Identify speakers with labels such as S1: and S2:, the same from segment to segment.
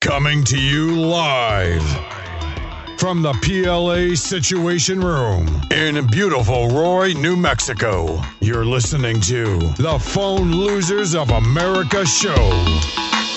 S1: Coming to you live from the PLA Situation Room in beautiful Roy, New Mexico. You're listening to the Phone Losers of America show.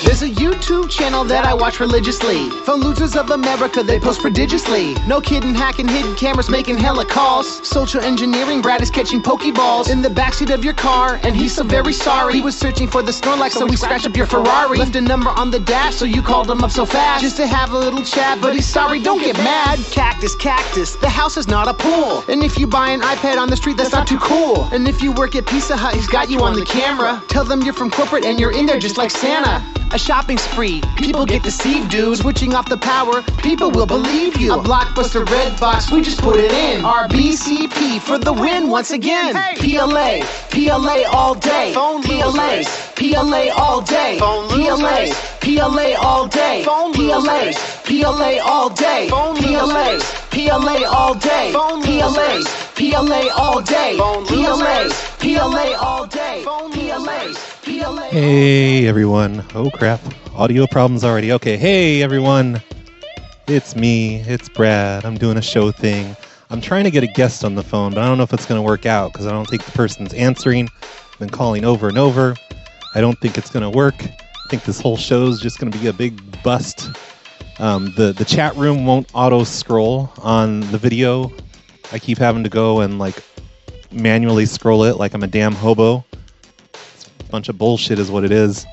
S2: There's a YouTube channel that I watch religiously. Phone losers of America, they post prodigiously. No kidding, hacking hidden cameras, making hella calls. Social engineering, Brad is catching pokeballs in the backseat of your car, and he's so very sorry. He was searching for the Snorlax, so we scratched up your Ferrari. Left a number on the dash, so you called him up so fast just to have a little chat. But he's sorry, don't get mad. Cactus, cactus, the house is not a pool. And if you buy an iPad on the street, that's not too cool. And if you work at Pizza Hut, he's got you on the camera. Tell them you're from corporate and you're in there just like Santa. A shopping spree. People get deceived, dude. Switching off the power, people will believe you. A blockbuster red box, we just put it in. RBCP for the win once again. PLA, PLA all day. Phone PLA, PLA all day. Phone PLA, PLA all day. Phone PLA, PLA all day. Phone PLA, PLA all day. Phone PLA, PLA all day. PLA, PLA all day. PLA, PLA.
S3: Hey everyone. Oh crap. Audio problems already. Okay. Hey everyone. It's me. It's Brad. I'm doing a show thing. I'm trying to get a guest on the phone, but I don't know if it's going to work out because I don't think the person's answering. I've been calling over and over. I don't think it's going to work. I think this whole show is just going to be a big bust. Um, the, the chat room won't auto scroll on the video. I keep having to go and like manually scroll it like I'm a damn hobo bunch of bullshit is what it is.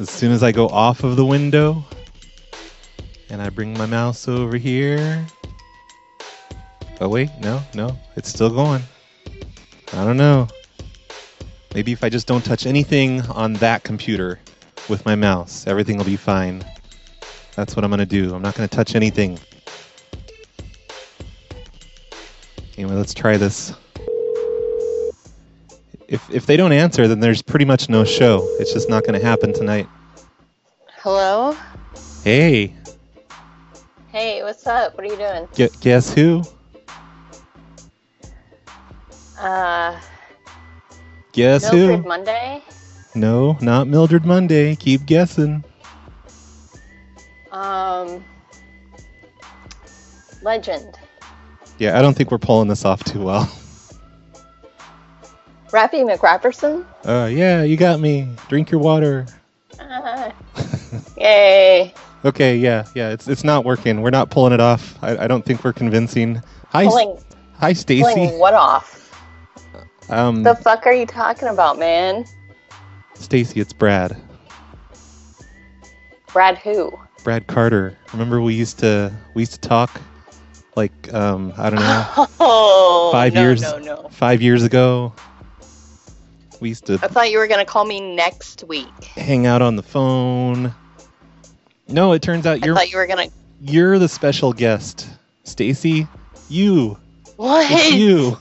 S3: As soon as I go off of the window and I bring my mouse over here. Oh, wait, no, no, it's still going. I don't know. Maybe if I just don't touch anything on that computer with my mouse, everything will be fine. That's what I'm going to do. I'm not going to touch anything. Anyway, let's try this if if they don't answer, then there's pretty much no show. It's just not going to happen tonight.
S4: Hello?
S3: Hey,
S4: Hey, what's up? What are you doing?
S3: gu- guess who?
S4: Uh,
S3: Guess
S4: Mildred
S3: who?
S4: Monday?
S3: No, not Mildred Monday. Keep guessing.
S4: Um, legend.
S3: Yeah, I don't think we're pulling this off too well.
S4: Rappy McRapperson?
S3: Uh, yeah, you got me. Drink your water.
S4: Uh, yay.
S3: Okay, yeah, yeah. It's it's not working. We're not pulling it off. I, I don't think we're convincing. Hi, S-
S4: Pulling,
S3: hi,
S4: pulling
S3: Stacy.
S4: what off?
S3: Um,
S4: The fuck are you talking about, man?
S3: Stacy, it's Brad.
S4: Brad who?
S3: Brad Carter. Remember we used to we used to talk like um I don't know.
S4: Oh,
S3: Five
S4: no,
S3: years
S4: No, no.
S3: five years ago we used to
S4: I thought you were going to call me next week.
S3: hang out on the phone no it turns out
S4: I
S3: you're
S4: thought you were going to.
S3: you're the special guest stacy you
S4: What?
S3: it's you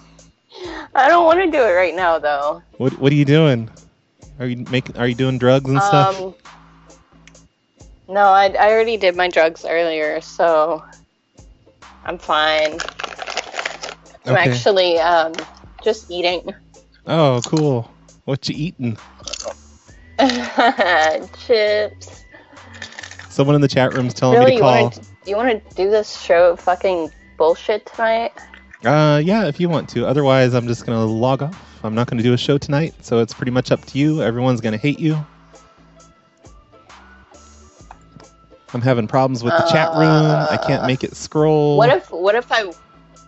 S4: I don't want to do it right now, though.
S3: what what are you doing are you making are you doing drugs and stuff
S4: Um, no, I, I already did my drugs earlier, so I'm fine. I'm
S3: Okay.
S4: actually um, just eating
S3: oh cool what you eating
S4: chips.
S3: someone in the chat room's telling
S4: really,
S3: me
S4: you
S3: to call
S4: want to you want to do this show of fucking bullshit tonight?
S3: uh yeah if you want to otherwise i'm just gonna log off i'm not gonna do a show tonight so it's pretty much up to you everyone's gonna hate you i'm having problems with the chat room i can't make it scroll
S4: Uh, What if what if I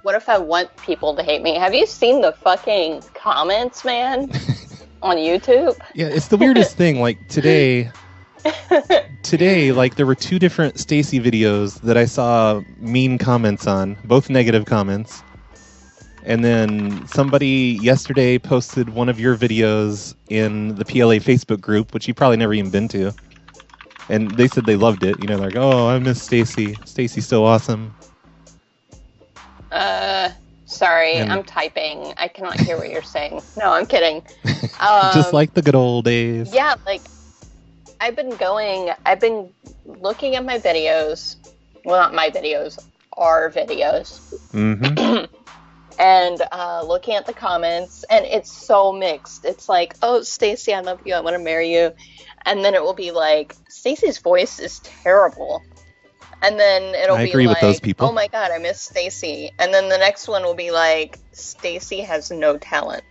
S4: what if I want people to hate me? Have you seen the fucking comments, man, on YouTube?
S3: Yeah, it's the weirdest thing. Like today, today, like there were two different Stacy videos that I saw mean comments on, both negative comments. And then somebody yesterday posted one of your videos in the PLA Facebook group, which you probably never even been to. And they said they loved it. You know, like, oh, I miss Stacy. Stacy's so awesome.
S4: Uh, sorry,
S3: And-
S4: I'm typing. I cannot hear what you're saying. No, I'm kidding. Um,
S3: Just like the good old days.
S4: yeah, like I've been going. I've been looking at my videos. Well, not my videos, our videos,
S3: Mm-hmm.
S4: and uh, looking at the comments. And it's so mixed. It's like, oh, Stacy, I love you. I want to marry you. and then it will be like Stacy's voice is terrible. And then it'll
S3: I
S4: be
S3: agree
S4: like,
S3: with those people.
S4: "Oh my god, I miss Stacy." And then the next one will be like, "Stacy has no talent."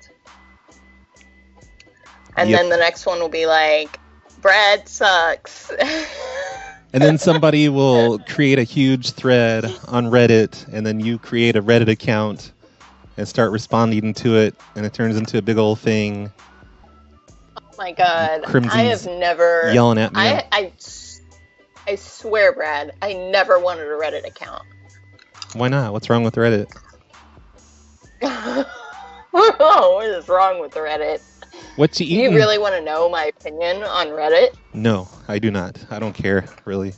S4: And
S3: Yep.
S4: then the next one will be like, "Brad sucks." Oh
S3: And then somebody will create a huge thread on Reddit, and then you create a Reddit account and start responding to it, and it turns into a big old thing
S4: oh my god, I
S3: Crimson's
S4: have never
S3: yelling at me.
S4: I, I s- I swear, Brad, I never wanted a Reddit account.
S3: Why not? What's wrong with Reddit?
S4: what is wrong with Reddit?
S3: What's you
S4: Do
S3: eating?
S4: you really want to know my opinion on Reddit?
S3: No, I do not. I don't care really.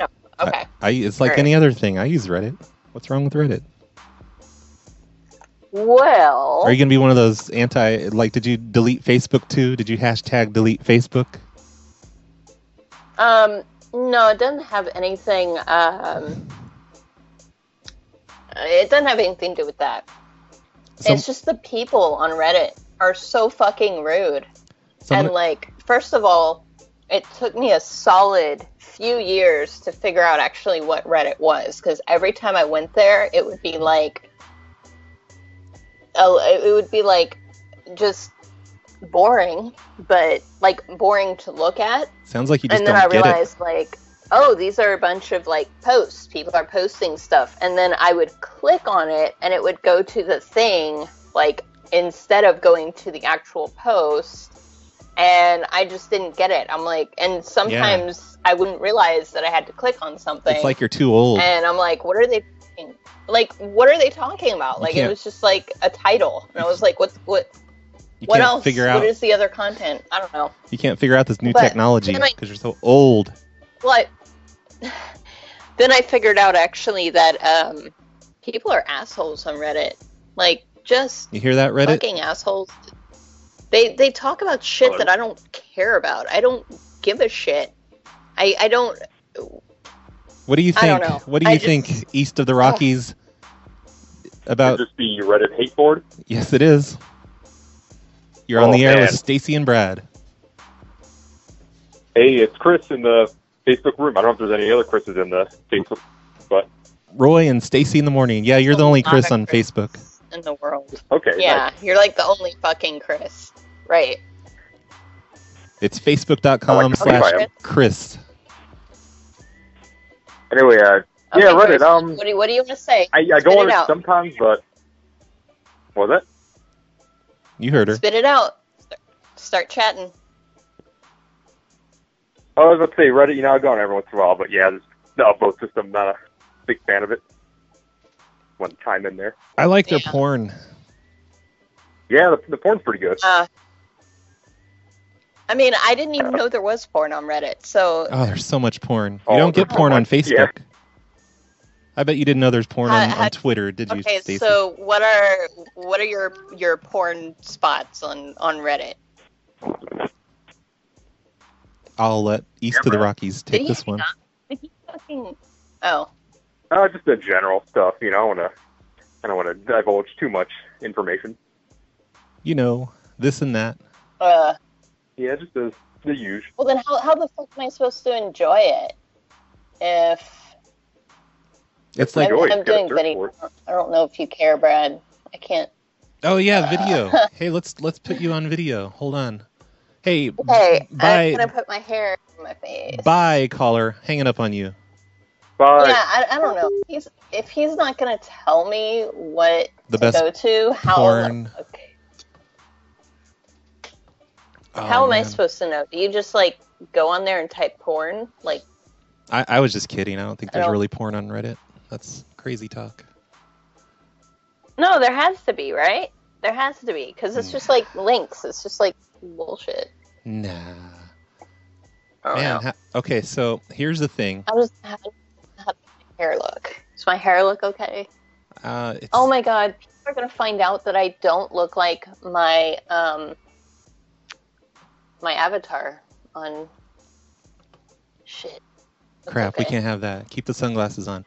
S3: I-
S4: Okay.
S3: I, it's like
S4: Alright.
S3: any other thing. I use Reddit. What's wrong with Reddit?
S4: Well,
S3: Are you gonna be one of those anti? Like, did you delete Facebook too? Did you hashtag delete Facebook?
S4: um, no, it doesn't have anything. Um, it doesn't have anything to do with that.
S3: Some-
S4: it's just the people on Reddit are so fucking rude.
S3: someone-
S4: and like, first of all, it took me a solid few years to figure out actually what Reddit was because every time I went there, it would be like, oh, it it would be like just boring, but like boring to look at.
S3: sounds like you just
S4: And then
S3: don't
S4: I
S3: get it.
S4: realized like, oh, these are a bunch of like posts. People are posting stuff, and then I would click on it, and it would go to the thing like instead of going to the actual post. And I just didn't get it. I'm like, and sometimes I wouldn't realize that I had to click on something.
S3: It's like you're too old.
S4: and I'm like, what are they? talking- Like, what are they talking about?
S3: You
S4: Like,
S3: can't-
S4: it was just like a title, and I was like, what? What?
S3: you
S4: what
S3: can't
S4: else?
S3: figure out.
S4: What is the other content? I don't know.
S3: you can't figure out this new
S4: But
S3: technology
S4: then I-
S3: because you're so old.
S4: Well, I- then I figured out actually that um, people are assholes on Reddit. Like, just
S3: You hear that Reddit?
S4: fucking assholes. They they talk about shit that I don't care about. I don't give a shit. I I don't.
S3: What do you think?
S4: I don't know.
S3: What do you
S4: I just-
S3: think east of the Rockies? About
S5: Could this be Reddit hate board?
S3: yes, it is. You're on
S5: Oh,
S3: the air
S5: man.
S3: with Stacy and Brad.
S5: Hey, it's Chris in the Facebook room. I don't know if there's any other Chris's in the Facebook.
S3: Roy and Stacy in the morning. Yeah, you're the only
S4: Oh, Not
S3: Chris
S4: a
S3: on
S4: Chris
S3: Facebook.
S4: in the world.
S5: Okay.
S4: Yeah, you're like the only fucking Chris, right?
S3: It's facebook.com
S5: Oh, I
S4: like-
S3: slash
S4: Okay.
S3: Chris.
S5: nice. Anyway, uh, yeah,
S4: Okay,
S5: Reddit.
S4: Chris,
S5: Um,
S4: what do, what do you want to say?
S5: I, I
S4: Spit
S5: go on
S4: it
S5: it
S4: out.
S5: sometimes, but was it?
S3: You heard her.
S4: Spit it out. Start chatting.
S5: Oh, I was about to say Reddit. You know, I go on every once in a while, but yeah, this, the upvote system. Not a big fan of it. One time in there.
S3: I like their
S4: Yeah.
S3: porn.
S5: Yeah, the, the porn's pretty good.
S4: Uh, I mean, I didn't even know there was porn on Reddit, so
S3: Oh, there's so much porn. You
S5: Oh,
S3: don't get
S5: there's
S3: porn
S5: so
S3: on
S5: much.
S3: Facebook.
S5: Yeah.
S3: I bet you didn't know there's porn on,
S4: Uh,
S3: on
S4: uh,
S3: Twitter, did you,
S4: okay.
S3: Stacy?
S4: So what are what are your your porn spots on on Reddit?
S3: I'll let East of the Rockies
S4: Did
S3: take
S4: he
S3: this
S4: hang
S3: one.
S4: up? Did he fucking? Oh,
S5: Uh, just the general stuff. You know, I want to. I don't want to divulge too much information.
S3: You know, this and that.
S4: uh,
S5: Yeah, just the the huge.
S4: well then how how the fuck am I supposed to enjoy it if
S3: It's like, oh,
S4: I'm,
S5: Enjoy it,
S4: I'm
S5: get a
S4: doing
S5: search
S4: video?
S5: for it.
S4: I don't know if you care, Brad. I can't.
S3: oh yeah, video. hey, let's let's put you on video. Hold on. Hey, b-
S4: Okay,
S3: bye,
S4: I'm gonna put my hair in my face.
S3: bye, caller. Hanging up on you.
S5: Bye.
S4: Yeah, I, I don't know. He's if he's not gonna tell me what
S3: The
S4: to
S3: best
S4: go to, how
S3: porn.
S4: okay.
S3: Oh,
S4: How am I
S3: man.
S4: supposed to know? Do you just like go on there and type porn? Like,
S3: I, I was just kidding. I don't think
S4: I
S3: there's
S4: don't-
S3: really porn on Reddit. That's crazy talk.
S4: no, there has to be, right? There has to be because it's
S3: Hmm.
S4: just like links. It's just like bullshit.
S3: Nah.
S4: I don't
S3: Man,
S4: know.
S3: ha- okay, so here's the thing.
S4: I'm just how, how does my hair look? Does my hair look okay?
S3: Uh, it's,
S4: Oh my god, people are gonna find out that I don't look like my um my avatar on shit. That's
S3: crap, we
S4: okay.
S3: can't have that. Keep the sunglasses on.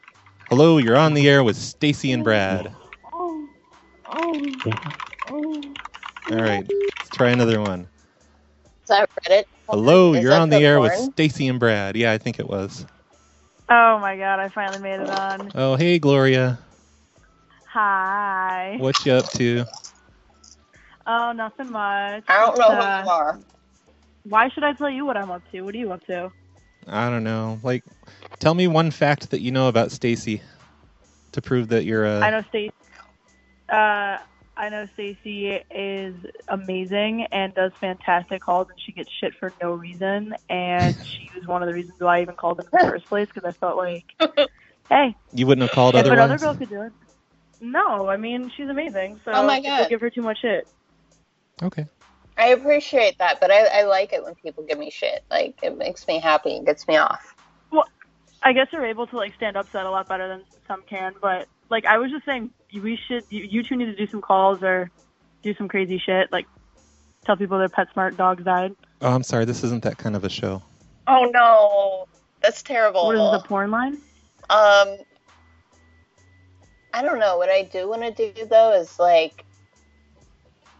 S3: Hello, you're on the air with Stacy and Brad.
S6: Oh,
S3: All right, let's try another one.
S4: that Reddit?
S3: Hello,
S4: Is
S3: you're
S4: that
S3: on the, air with
S4: porn?
S3: Stacy and Brad. Yeah, I think it was.
S6: Oh my god, I finally made it on.
S3: Oh, hey Gloria,
S6: Hi.
S3: what you up to?
S6: Oh, nothing much.
S4: I don't know
S6: Just,
S4: who
S6: uh,
S4: you are.
S6: Why should I tell you what I'm up to? What are you up to?
S3: I don't know. Like, tell me one fact that you know about Stacy to prove that you're uh, a.
S6: I know Stacy. Uh, I know Stacy is amazing and does fantastic calls, and she gets shit for no reason. And she was one of the reasons why I even called in the first place because I felt like, hey,
S3: you wouldn't have called
S6: if another
S3: otherwise.
S6: girl could do it. No, I mean she's amazing. So
S4: Oh my
S6: if you
S4: God.
S6: give her too much shit.
S3: Okay.
S4: I appreciate that, but I, I like it when people give me shit. Like it makes me happy. It gets me off.
S6: I guess you're able to like stand up to that a lot better than some can. But like I was just saying, we should you, you two need to do some calls or do some crazy shit. Like tell people their PetSmart dogs died.
S3: Oh, I'm sorry. This isn't that kind of a show.
S4: Oh no, that's terrible.
S6: What is the porn line?
S4: Um, I don't know. What I do want to do though is like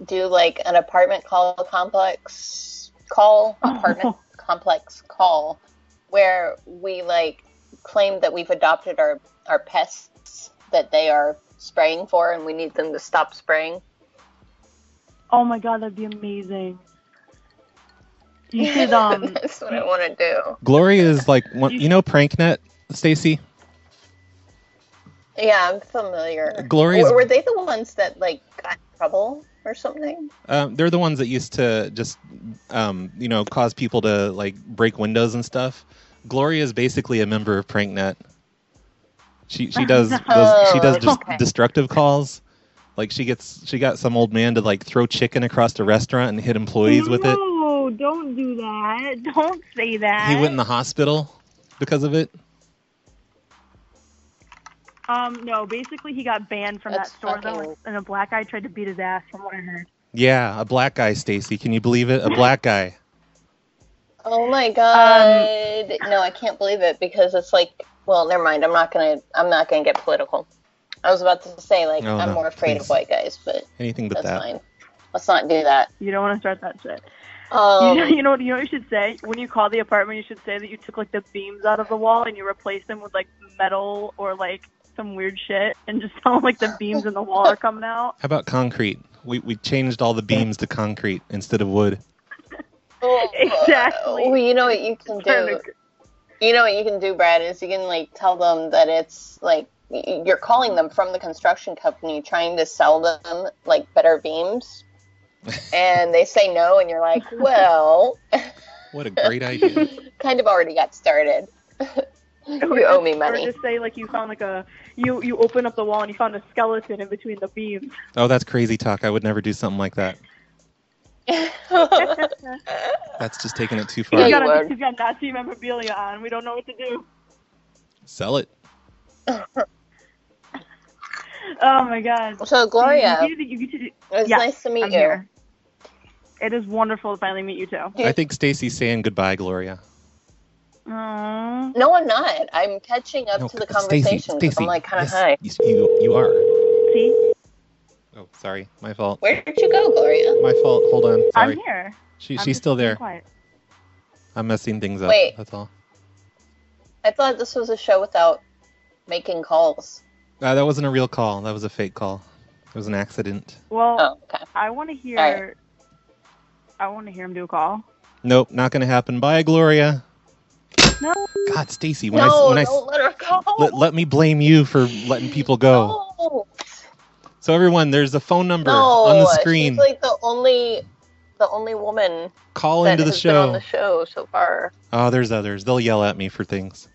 S4: do like an apartment call complex call apartment complex call where we like claim that we've adopted our our pests that they are spraying for and we need them to stop spraying.
S6: Oh my god, that'd be amazing. You should um.
S4: That's what I want to do.
S3: Gloria is like one. You know Pranknet, Stacy.
S4: Yeah, I'm familiar.
S3: Gloria's-
S4: Were- were they the ones that like got in trouble or something?
S3: Um, they're the ones that used to just, um, you know, cause people to like break windows and stuff. Gloria is basically a member of Pranknet. She she does, does she does just
S4: Okay.
S3: destructive calls. Like she gets she got some old man to like throw chicken across the restaurant and hit employees with it.
S6: No, don't do that. Don't say that.
S3: He went in the hospital because of it.
S6: Um, no. Basically, he got banned from
S4: That's
S6: that store
S4: fucking-
S6: though, and a black guy tried to beat his ass. From what I heard.
S3: Yeah, a black guy, Stacy. Can you believe it? A black guy.
S4: Oh
S6: Um,
S4: my god! no, I can't believe it because it's like, well, never mind. I'm not gonna. I'm not gonna get political. I was about to say like
S3: No,
S4: I'm
S3: no,
S4: more afraid
S3: please.
S4: of white guys, but
S3: Anything but
S4: that's
S3: that.
S4: fine. Let's not do that.
S6: You don't want to start that shit.
S4: Um,
S6: you, know, you know what? You know what you should say when you call the apartment. You should say that you took like the beams out of the wall and you replaced them with like metal or like some weird shit, and just tell them like the beams in the wall are coming out.
S3: How about concrete? We we changed all the beams to concrete instead of wood.
S4: oh,
S6: Exactly.
S4: Well, you know what you can do.
S6: Perfect.
S4: You know what you can do, Brad, is you can like tell them that it's like y- you're calling them from the construction company trying to sell them like better beams, and they say no, and you're like, well,
S3: What a great idea.
S4: kind of already got started. you owe me money.
S6: Or just say like you found like a you you open up the wall and you found a skeleton in between the beams.
S3: Oh, that's crazy talk. I would never do something like that.
S4: oh
S3: That's just taking it too
S6: He's
S4: Yeah,
S3: far.
S4: you
S6: got, a,
S4: would.
S6: he's got Nazi memorabilia on. We don't know what to do.
S3: Sell it.
S6: Oh my god.
S4: So Gloria,
S6: You, you, you, you,
S4: it was
S6: yeah,
S4: nice to meet
S6: I'm
S4: you.
S6: here. It is wonderful to finally meet you too.
S3: I think Stacy's saying goodbye, Gloria.
S6: Aww.
S4: No, I'm not. I'm catching up to the
S3: Stacy,
S4: conversation. 'cause
S3: Stacy,
S4: I'm like kind of
S3: yes,
S4: high.
S3: yes, You, you are.
S6: See,
S3: Oh, sorry. My fault.
S4: Where did you go, Gloria?
S3: My fault. Hold on.
S6: I'm
S3: Sorry.
S6: here.
S3: She,
S6: I'm
S3: she's
S6: just
S3: still there.
S6: Quiet.
S3: I'm messing things up.
S4: Wait.
S3: That's all.
S4: I thought this was a show without making calls.
S3: Uh, that wasn't a real call. That was a fake call. It was an accident.
S6: Well,
S4: Oh, okay.
S6: I want to hear.
S4: Alright.
S6: I want to hear him do a call.
S3: Nope, not going to happen. Bye, Gloria.
S6: No.
S3: God, Stacy, when I s-
S4: No,
S3: when I s-
S4: don't let her go.
S3: let, let me blame you for letting people go.
S4: no,
S3: So everyone, there's a phone number
S4: Oh, no.
S3: on the screen.
S4: She's like the only, the only woman
S3: Call
S4: that
S3: into the
S4: has been on
S3: show.
S4: the show so far.
S3: Oh, there's others. They'll yell at me for things.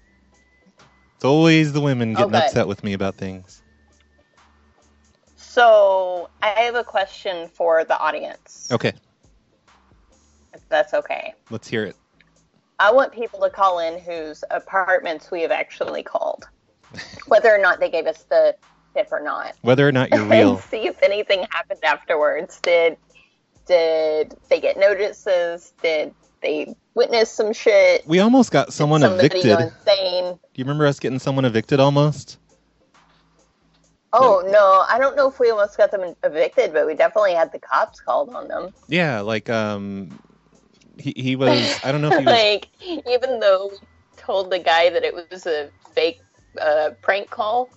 S3: It's always the women getting
S4: Okay.
S3: upset with me about things.
S4: So I have a question for the audience.
S3: Okay,
S4: If that's okay.
S3: let's hear it.
S4: I want people to call in whose apartments we have actually called, whether or not they gave us the tip or not,
S3: Whether or not you're
S4: and
S3: real.
S4: see if anything happened afterwards. Did did they get notices? Did they witness some shit? Did
S3: We almost got someone
S4: somebody go
S3: evicted. Do
S4: insane?
S3: you remember us getting someone evicted almost?
S4: Oh no, I don't know if we almost got them evicted, but we definitely had the cops called on them.
S3: Yeah, like um He, he was. I don't know if he was.
S4: like even though we told the guy that it was a fake uh, prank call.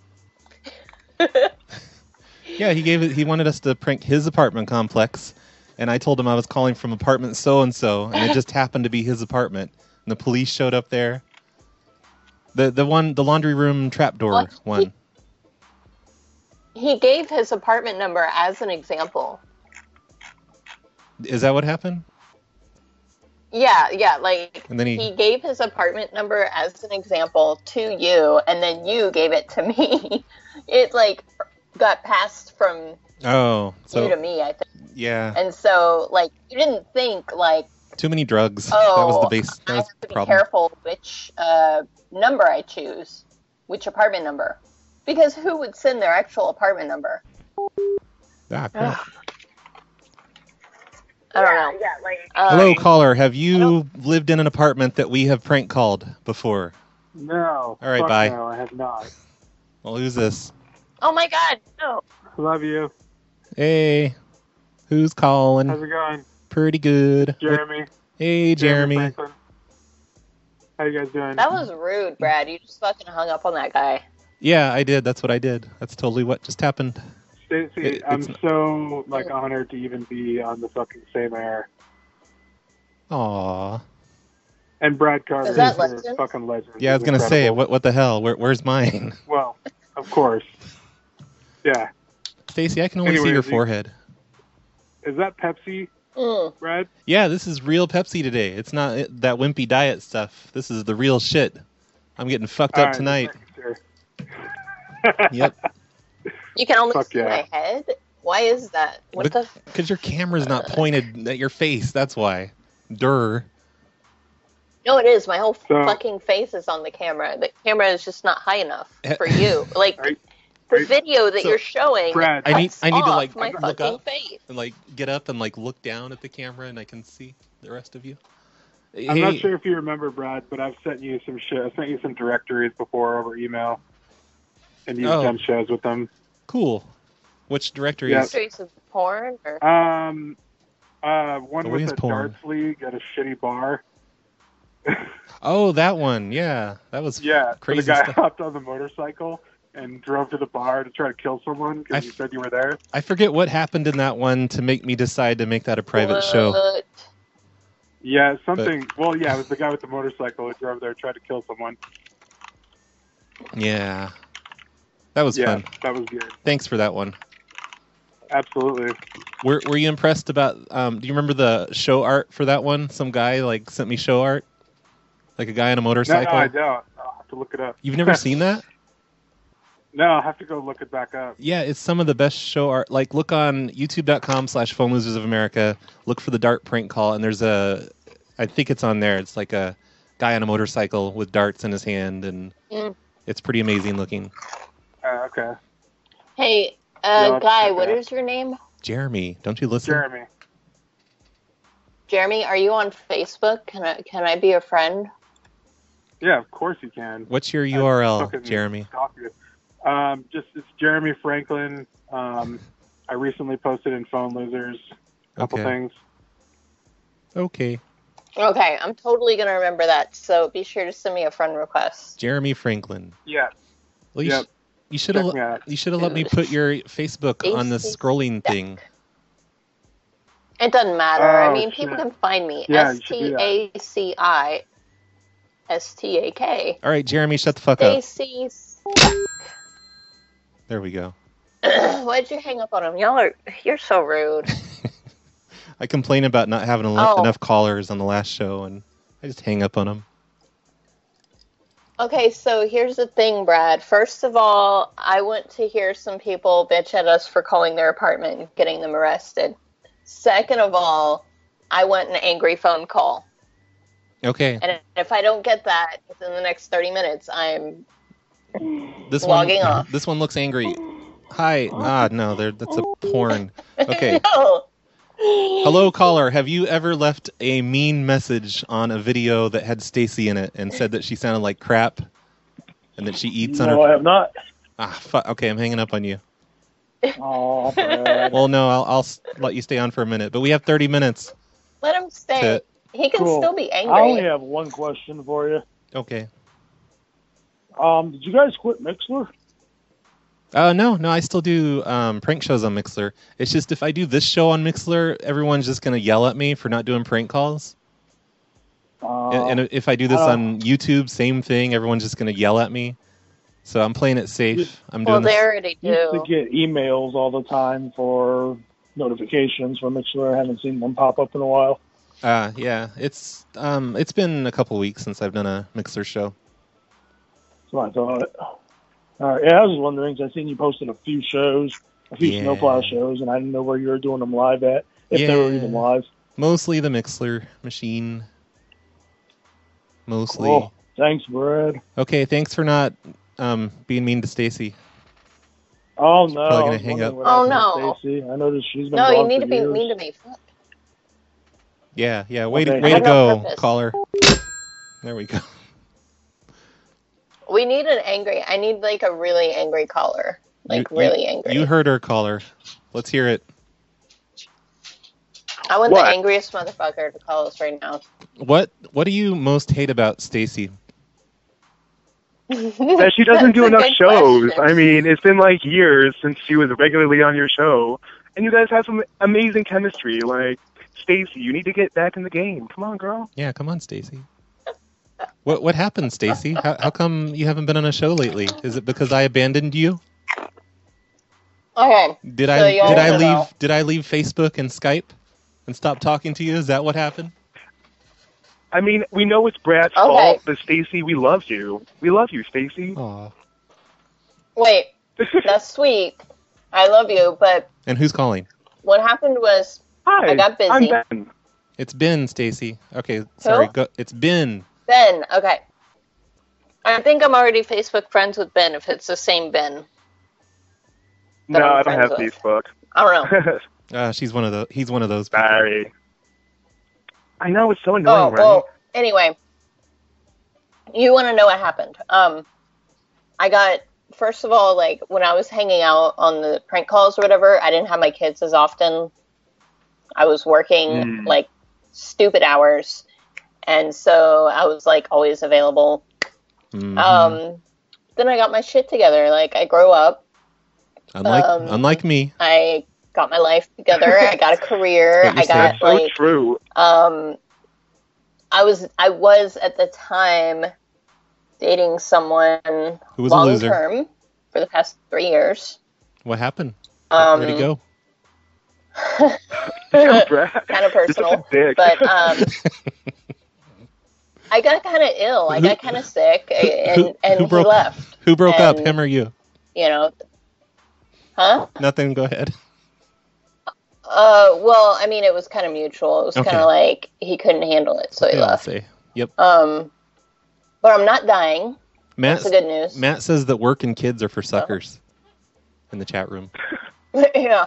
S3: Yeah, he gave it. He wanted us to prank his apartment complex, and I told him I was calling from apartment so and so, and it just happened to be his apartment. And the police showed up there. The the one the laundry room trapdoor
S4: What?
S3: one.
S4: He gave his apartment number as an example.
S3: Is that what happened?
S4: Yeah, yeah, like
S3: And then he-
S4: he gave his apartment number as an example to you and then you gave it to me. It like got passed from
S3: Oh,
S4: you to
S3: so
S4: me, I think.
S3: yeah,
S4: And so like you didn't think like
S3: too many drugs.
S4: Oh,
S3: that was the base. That
S4: I
S3: was
S4: have
S3: the
S4: to be
S3: problem.
S4: careful which uh, number I choose, which apartment number, because who would send their actual apartment number?
S3: Ah, crap.
S4: I don't know. Um, Yeah, like
S3: Hello, caller. Have you lived in an apartment that we have prank called before?
S7: No.
S3: All right,
S7: fuck
S3: bye.
S7: No, I have not.
S3: Well, who's this?
S4: Oh my God, no.
S7: Love you.
S3: Hey, who's calling?
S7: How's it going,
S3: Pretty good.
S7: Jeremy?
S3: Hey, Jeremy.
S7: Franklin. How you guys doing?
S4: That was rude, Brad. You just fucking hung up on that guy.
S3: Yeah, I did. That's what I did. That's totally what just happened.
S7: Stacey,
S3: it-
S7: I'm
S3: it's-
S7: so like honored to even be on the fucking same air.
S3: Aw.
S7: And Brad Carter
S4: Is that
S7: a
S4: legend?
S7: fucking legend.
S3: Yeah, I was
S7: He's
S3: gonna say,
S7: incredible.
S3: what what the hell? Where, where's mine,
S7: Well, of course. Yeah.
S3: Stacy? I can only see
S7: Anyway,
S3: your
S7: the-
S3: forehead.
S7: Is that Pepsi,
S4: Mm.
S7: Brad?
S3: Yeah, this is real Pepsi today. It's not uh, that wimpy diet stuff. This is the real shit. I'm getting fucked
S7: All
S3: up
S7: right,
S3: tonight.
S7: sure.
S3: Yep.
S4: You can only
S7: Fuck
S4: see
S7: yeah.
S4: my head. Why is that? What
S3: Look-
S4: the? F- Uh.
S3: Because your camera's not pointed at your face. That's why. Durr.
S4: no, it is. My whole
S7: So-
S4: fucking face is on the camera. The camera is just not high enough for you. Like
S7: Are you- are
S4: the
S7: you-
S4: video that
S3: so-
S4: you're showing.
S7: Brad,
S3: I need
S4: cuts
S3: I need to
S4: off
S3: like
S4: my
S3: look
S4: fucking
S3: up
S4: face.
S3: and like get up and like look down at the camera and I can see the rest of you.
S7: I'm not sure if you remember, Brad, but I've sent you some shit. I sent you some directories before over email, and you've
S3: Oh.
S7: done shows with them.
S3: Cool. Which directory
S7: Yeah.
S3: is
S4: Streets of porn or
S7: Um, uh, one
S3: Always
S7: with a
S3: porn.
S7: darts league at a shitty bar.
S3: Oh, that one. Yeah, that was
S7: Yeah, so
S3: crazy
S7: the guy
S3: stuff.
S7: hopped on the motorcycle and drove to the bar to try to kill someone
S3: I
S7: because you
S3: f-
S7: said you were there.
S3: I forget what happened in that one to make me decide to make that a private show.
S4: What?
S7: Yeah, something. Well, yeah, it was the guy with the motorcycle who drove there, tried to kill someone.
S3: Yeah, that was
S7: yeah,
S3: fun.
S7: that was good.
S3: Thanks for that one.
S7: Absolutely.
S3: Were Were you impressed about? Um, do you remember the show art for that one? Some guy like sent me show art, like a guy on a
S7: No,
S3: motorcycle.
S7: no, I don't. I'll have to look it up.
S3: You've never seen that?
S7: No, I'll have to go look it back up.
S3: Yeah, it's some of the best show art. Like, look on youtube.com slash phone losers of America. Look for the dart prank call, and there's a, I think it's on there. It's like a guy on a motorcycle with darts in his hand, and
S4: Mm.
S3: it's pretty amazing looking.
S7: Uh, okay,
S4: Hey, uh,
S7: No, it's
S4: guy,
S7: not
S4: what
S7: that.
S4: is your name?
S3: Jeremy, don't you listen?
S7: Jeremy.
S4: Jeremy, are you on Facebook? Can I can I be a friend?
S7: Yeah, of course you can.
S3: What's your
S7: fucking-
S3: URL, Jeremy?
S7: Talk to you. Um, just it's Jeremy Franklin. Um, I recently posted in Phone Losers a couple
S3: Okay.
S7: things.
S3: Okay.
S4: Okay, I'm totally gonna remember that. So be sure to send me a friend request.
S3: Jeremy Franklin.
S7: Yeah,
S3: Well, you,
S7: Yep.
S3: sh- you should
S7: check
S3: have
S7: me out.
S3: you should have let me put your Facebook on the
S4: Stacy
S3: scrolling thing.
S4: It doesn't matter. I
S7: Oh,
S4: mean, people
S7: shit.
S4: can find me.
S7: Yeah,
S4: S
S7: you should do
S4: T
S7: that.
S4: A C I S T A K.
S3: All right, Jeremy, shut the fuck up.
S4: Stacy.
S3: There we go.
S4: Why'd you hang up on him? Y'all are you're so rude.
S3: I complain about not having enough,
S4: Oh.
S3: enough callers on the last show, and I just hang up on them.
S4: Okay, so here's the thing, Brad. First of all, I want to hear some people bitch at us for calling their apartment and getting them arrested. Second of all, I want an angry phone call.
S3: Okay.
S4: And if I don't get that within the next 30 minutes, I'm
S3: This
S4: Logging
S3: one,
S4: off. Oh.
S3: This one looks angry. Hi. Ah, no, there. That's a porn. Okay.
S4: no.
S3: Hello, caller. Have you ever left a mean message on a video that had Stacy in it and said that she sounded like crap, and that she eats on her?
S5: I have not.
S3: Ah, fuck. Okay, I'm hanging up on you.
S7: Oh, Brad.
S3: Well, no, I'll, I'll s- let you stay on for a minute, but we have 30 minutes
S4: Let him stay.
S3: to
S4: He can
S8: Cool.
S4: still be
S8: I only
S4: angry.
S8: have one question for you.
S3: Okay.
S8: Um, did you guys quit Mixler?
S3: Uh, no, no, I still do um, prank shows on Mixler. It's just if I do this show on Mixler, everyone's just gonna yell at me for not doing prank calls.
S8: Uh,
S3: And, and if I do this
S8: uh,
S3: on YouTube, same thing. Everyone's just gonna yell at me. So I'm playing it safe. I'm
S4: Well,
S3: doing
S4: they
S3: this.
S4: already
S8: you used
S4: do.
S8: to get emails all the time for notifications from Mixler. I haven't seen them pop up in a while.
S3: Uh, yeah, it's um, it's been a couple weeks since I've done a Mixler show.
S8: So I thought, all right, yeah, I was wondering 'cause I seen you posted a few shows, a few
S3: Yeah.
S8: snowplow shows, and I didn't know where you were doing them live at, if they were
S3: Yeah.
S8: even live.
S3: Mostly the Mixler machine. Mostly.
S8: Cool. Thanks, Brad.
S3: Okay, thanks for not um, being mean to Stacy.
S8: Oh
S3: probably
S8: no!
S3: gonna
S8: I was
S3: hang
S8: wondering
S3: up.
S8: what
S4: Oh,
S8: happened
S4: no.
S8: to Stacey. I noticed she's been
S4: No, you
S8: gone
S4: need
S8: for
S4: to be
S8: years.
S4: mean to me. Fuck.
S3: Yeah, yeah. Way to,
S8: Okay.
S3: way to
S4: I got
S3: go,
S4: purpose.
S3: caller. There we go.
S4: We need an angry. I need like a really angry caller, like
S3: You- you-
S4: really angry.
S3: You heard her, caller. Let's hear it.
S4: I want
S5: What?
S4: the angriest motherfucker to call us right now.
S3: What What do you most hate about Stacy?
S5: that she doesn't do
S4: That's a
S5: enough
S4: good
S5: shows.
S4: question.
S5: I mean, it's been like years since she was regularly on your show, and you guys have some amazing chemistry. Like Stacy, you need to get back in the game. Come on, girl.
S3: Yeah, come on, Stacy. What What happened, Stacy? How How come you haven't been on a show lately? Is it because I abandoned you?
S4: Okay.
S3: Did I
S4: So y'all uh,
S3: Did I
S4: don't
S3: leave
S4: know.
S3: Did I leave Facebook and Skype and stop talking to you? Is that what happened?
S5: I mean, we know it's Brad's
S4: Okay.
S5: fault, but Stacy, we love you. We love you, Stacy.
S3: Aw.
S4: Wait, that's sweet. I love you, but
S3: And who's calling?
S4: what happened was
S5: Hi,
S4: I got busy.
S5: I'm Ben.
S3: It's Ben, Stacy. Okay, sorry. Go, it's Ben.
S4: Ben. Okay. I think I'm already Facebook friends with Ben. If it's the same Ben,
S5: No,
S4: I'm
S5: I don't
S4: friends
S5: have
S4: with.
S5: Facebook.
S4: I don't know.
S3: Uh, she's one of those. He's one of those. people.
S5: Sorry. I know it's so annoying,
S4: oh
S5: right?
S4: well. Anyway, you want to know what happened? Um, I got first of all, like when I was hanging out on the prank calls or whatever, I didn't have my kids as often. I was working
S5: Mm.
S4: like stupid hours, and so I was like always available.
S5: Mm-hmm.
S3: Mhm.
S4: Um, then I got my shit together. Like I grew up.
S3: unlike
S4: um,
S3: unlike me.
S4: I got my life together. I got a career.
S3: That's what
S4: I
S3: you
S4: got
S5: so
S4: like
S5: true.
S4: um, I was I was at the time dating someone
S3: Who was a
S4: long
S3: loser?
S4: term for the past three years.
S3: What happened?
S4: Um,
S3: Where'd he go?
S5: Damn, Brad.
S4: kind of
S5: You're such
S4: personal,
S5: a dick.
S4: but um, I got kind of ill. I got kind of sick, and and
S3: who
S4: he
S3: broke-
S4: left.
S3: Who broke up?
S4: and-
S3: Him or you?
S4: You know, huh?
S3: Nothing. Go ahead.
S4: Uh, well, I mean, it was kind of mutual. It was
S3: Okay.
S4: kind of like he couldn't handle it, so he
S3: Yeah, I'll
S4: left.
S3: say. Yep.
S4: Um, but I'm not dying.
S3: Matt.
S4: That's the good news. Oh.
S3: Matt says that work and kids are for suckers. In the chat room.
S4: yeah.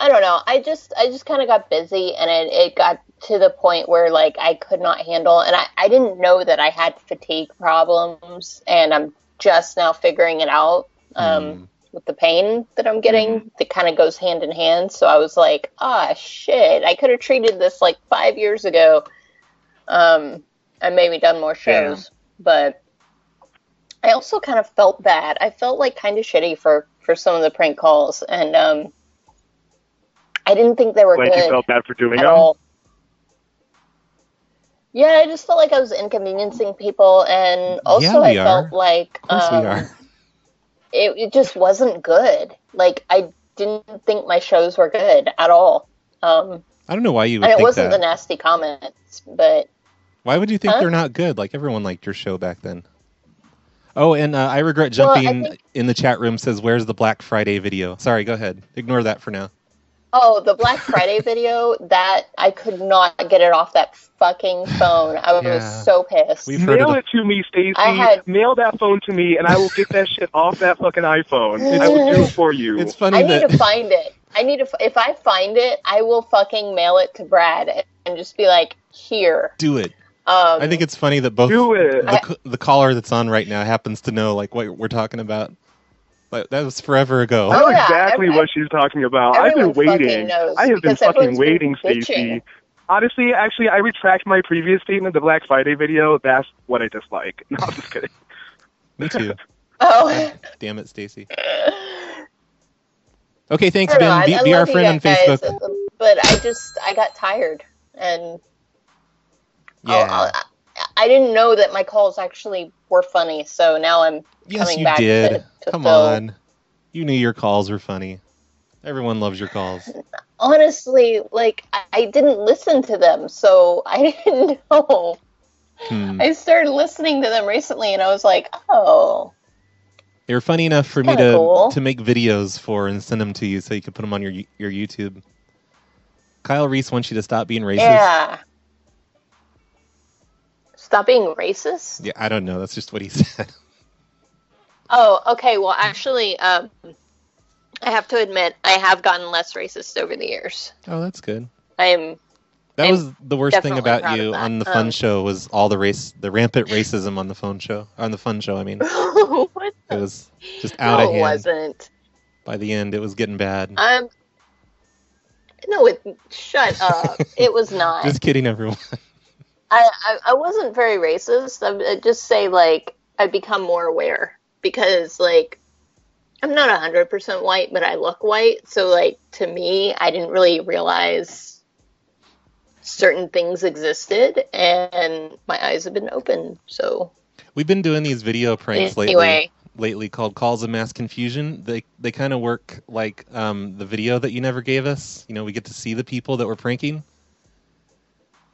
S4: I don't know. I just I just kind of got busy and it, it got to the point where like I could not handle and I, I didn't know that I had fatigue problems and I'm just now figuring it out um, with the pain that I'm getting that kind of goes hand in hand. So I was like, ah shit, I could have treated this like five years ago um, and maybe done more shows. But I also kind of felt bad. I felt like kind of shitty for for some of the prank calls, and um, I didn't think they were
S5: Glad you
S4: good
S5: felt bad for doing
S4: at
S5: them.
S4: all. Yeah, I just felt like I was inconveniencing people, and also
S3: Yeah, we
S4: I
S3: are.
S4: felt like
S3: Of course
S4: um,
S3: we are.
S4: It, it just wasn't good. Like I didn't think my shows were good at all. Um,
S3: I don't know why you would
S4: and it
S3: think
S4: wasn't
S3: that.
S4: the nasty comments, but
S3: Why would you think
S4: Huh?
S3: they're not good? Like everyone liked your show back then. Oh, and uh, I regret jumping
S4: Well, I think-
S3: in the chat room. Says where's the Black Friday video? Sorry, go ahead. Ignore that for now.
S4: Oh, the Black Friday video that I could not get it off that fucking phone. I was
S3: Yeah.
S4: so pissed.
S3: We've heard
S5: Mail
S3: of the
S5: it to me, Stacy.
S4: I had-
S5: Mail that phone to me, and I will get that shit off that fucking iPhone. I will do it for you.
S3: It's funny
S4: I
S3: that
S4: need to find it. I need to. f- If I find it, I will fucking mail it to Brad and just be like, "Here."
S3: do it.
S4: Um,
S3: I think it's funny that both
S5: Do it.
S3: the, c the caller that's on right now happens to know like what we're talking about. Like that was forever ago.
S5: I know
S4: Oh, yeah,
S5: exactly
S4: every-
S5: what she's talking about. I've been
S4: everyone fucking
S5: waiting.
S4: knows
S5: I have been
S4: because
S5: fucking
S4: everyone's been
S5: waiting,
S4: bitching.
S5: Stacy. Honestly, actually, I retract my previous statement. The Black Friday video. That's what I dislike. No, I'm just kidding.
S3: Me too.
S4: Oh,
S3: Damn it, Stacy. Okay, thanks,
S4: I don't know, I-
S3: Ben. Be,
S4: I
S3: be our
S4: love you
S3: friend on
S4: guys,
S3: Facebook.
S4: But I just I got tired and
S3: Yeah.
S4: Oh, I'll, I'll, I didn't know that my calls actually were funny. So now I'm
S3: yes,
S4: coming
S3: you
S4: back to-
S3: did.
S4: to
S3: Come
S4: Phil.
S3: on. You knew your calls were funny. Everyone loves your calls.
S4: honestly like I, I didn't listen to them, so I didn't know.
S3: Hmm.
S4: I started listening to them recently, and I was like, oh,
S3: They were funny enough for me
S4: Kinda
S3: to
S4: cool.
S3: to make videos for and send them to you so you could put them on your your YouTube. Kyle Reese wants you to stop being racist.
S4: yeah. Stop being racist.
S3: Yeah, I don't know. That's just what he said.
S4: Oh, okay. Well, actually, um, I have to admit, I have gotten less racist over the years.
S3: Oh, that's good.
S4: I'm
S3: That
S4: I'm
S3: was the worst thing
S4: definitely
S3: about
S4: proud of
S3: you
S4: that.
S3: on the fun
S4: Um,
S3: show was all the race, the rampant racism on the phone show. On the fun show, I mean,
S4: what
S3: it
S4: the?
S3: was just out of
S4: no,
S3: hand. Hmm.
S4: it wasn't.
S3: By the end, it was getting bad.
S4: I'm no. It shut up. it was not.
S3: just kidding, everyone.
S4: I, I I wasn't very racist. I, I just say like I've become more aware because like I'm not hundred percent white, but I look white. So like to me, I didn't really realize certain things existed, and my eyes have been opened. So
S3: We've been doing these video pranks lately.
S4: anyway,
S3: lately called Calls of Mass Confusion. They they kind of work like um, the video that you never gave us. You know, we get to see the people that we're pranking.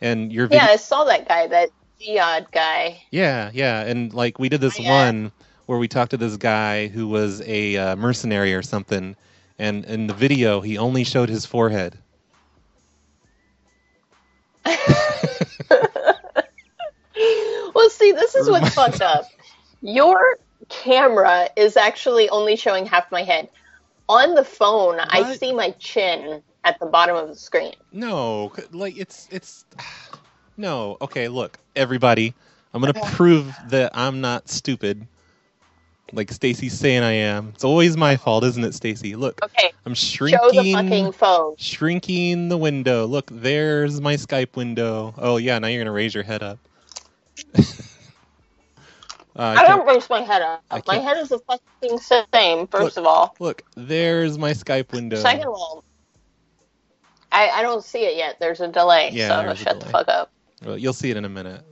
S3: And your video,
S4: yeah, I saw that guy, that Ziad guy.
S3: yeah, yeah, and like we did this
S4: Yeah.
S3: one where we talked to this guy who was a uh, mercenary or something, and in the video he only showed his forehead.
S4: well, see, this is what's fucked up. Your camera is actually only showing half my head. On the phone, I
S3: What?
S4: see my chin at the bottom of the screen.
S3: No, c- like it's it's no. Okay, look, everybody, I'm gonna prove that I'm not stupid. Like Stacy's saying I am. It's always my fault, isn't it, Stacy? Look,
S4: Okay,
S3: I'm
S4: show the
S3: shrinking
S4: fucking phone.
S3: shrinking the window. Look, there's my Skype window. Oh yeah, now you're gonna raise your head up. uh, I
S4: I,
S3: can't-
S4: don't raise my head up.
S3: I
S4: My
S3: can't-
S4: head is the fucking same, first
S3: Look,
S4: of all.
S3: look, there's my Skype window.
S4: Second of all, I, I don't see it yet. There's a delay,
S3: Yeah,
S4: so
S3: there's a
S4: shut the
S3: delay.
S4: fuck up.
S3: Well, you'll see it in a minute.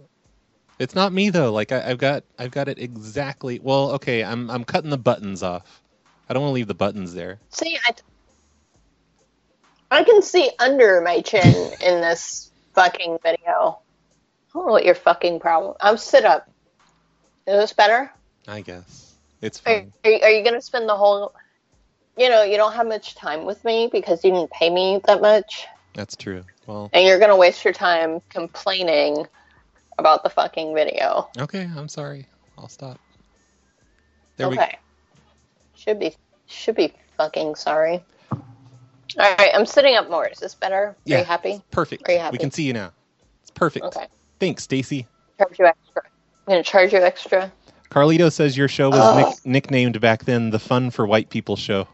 S3: It's not me though. Like I, I've got, I've got it exactly. Well, okay, I'm, I'm cutting the buttons off. I don't want to leave the buttons there.
S4: See, I, I can see under my chin in this fucking video. I don't know what your fucking problem. I'm sit up. Is this better?
S3: I guess it's
S4: Are,
S3: fine.
S4: are, you, are you gonna spend the whole? You know, you don't have much time with me because you didn't pay me that much,
S3: That's true. Well,
S4: and you're gonna waste your time complaining about the fucking video.
S3: okay, I'm sorry. I'll stop. There we go.
S4: okay. Should be should be fucking sorry. All right, I'm sitting up more. Is this better? Are
S3: Yeah.
S4: you happy?
S3: Perfect.
S4: Are you happy?
S3: We can see you now. It's perfect.
S4: Okay.
S3: Thanks, Stacy.
S4: charge you extra. I'm gonna charge you extra.
S3: Carlito says your show was
S4: Ugh.
S3: nick- nicknamed back then the Fun for White People show.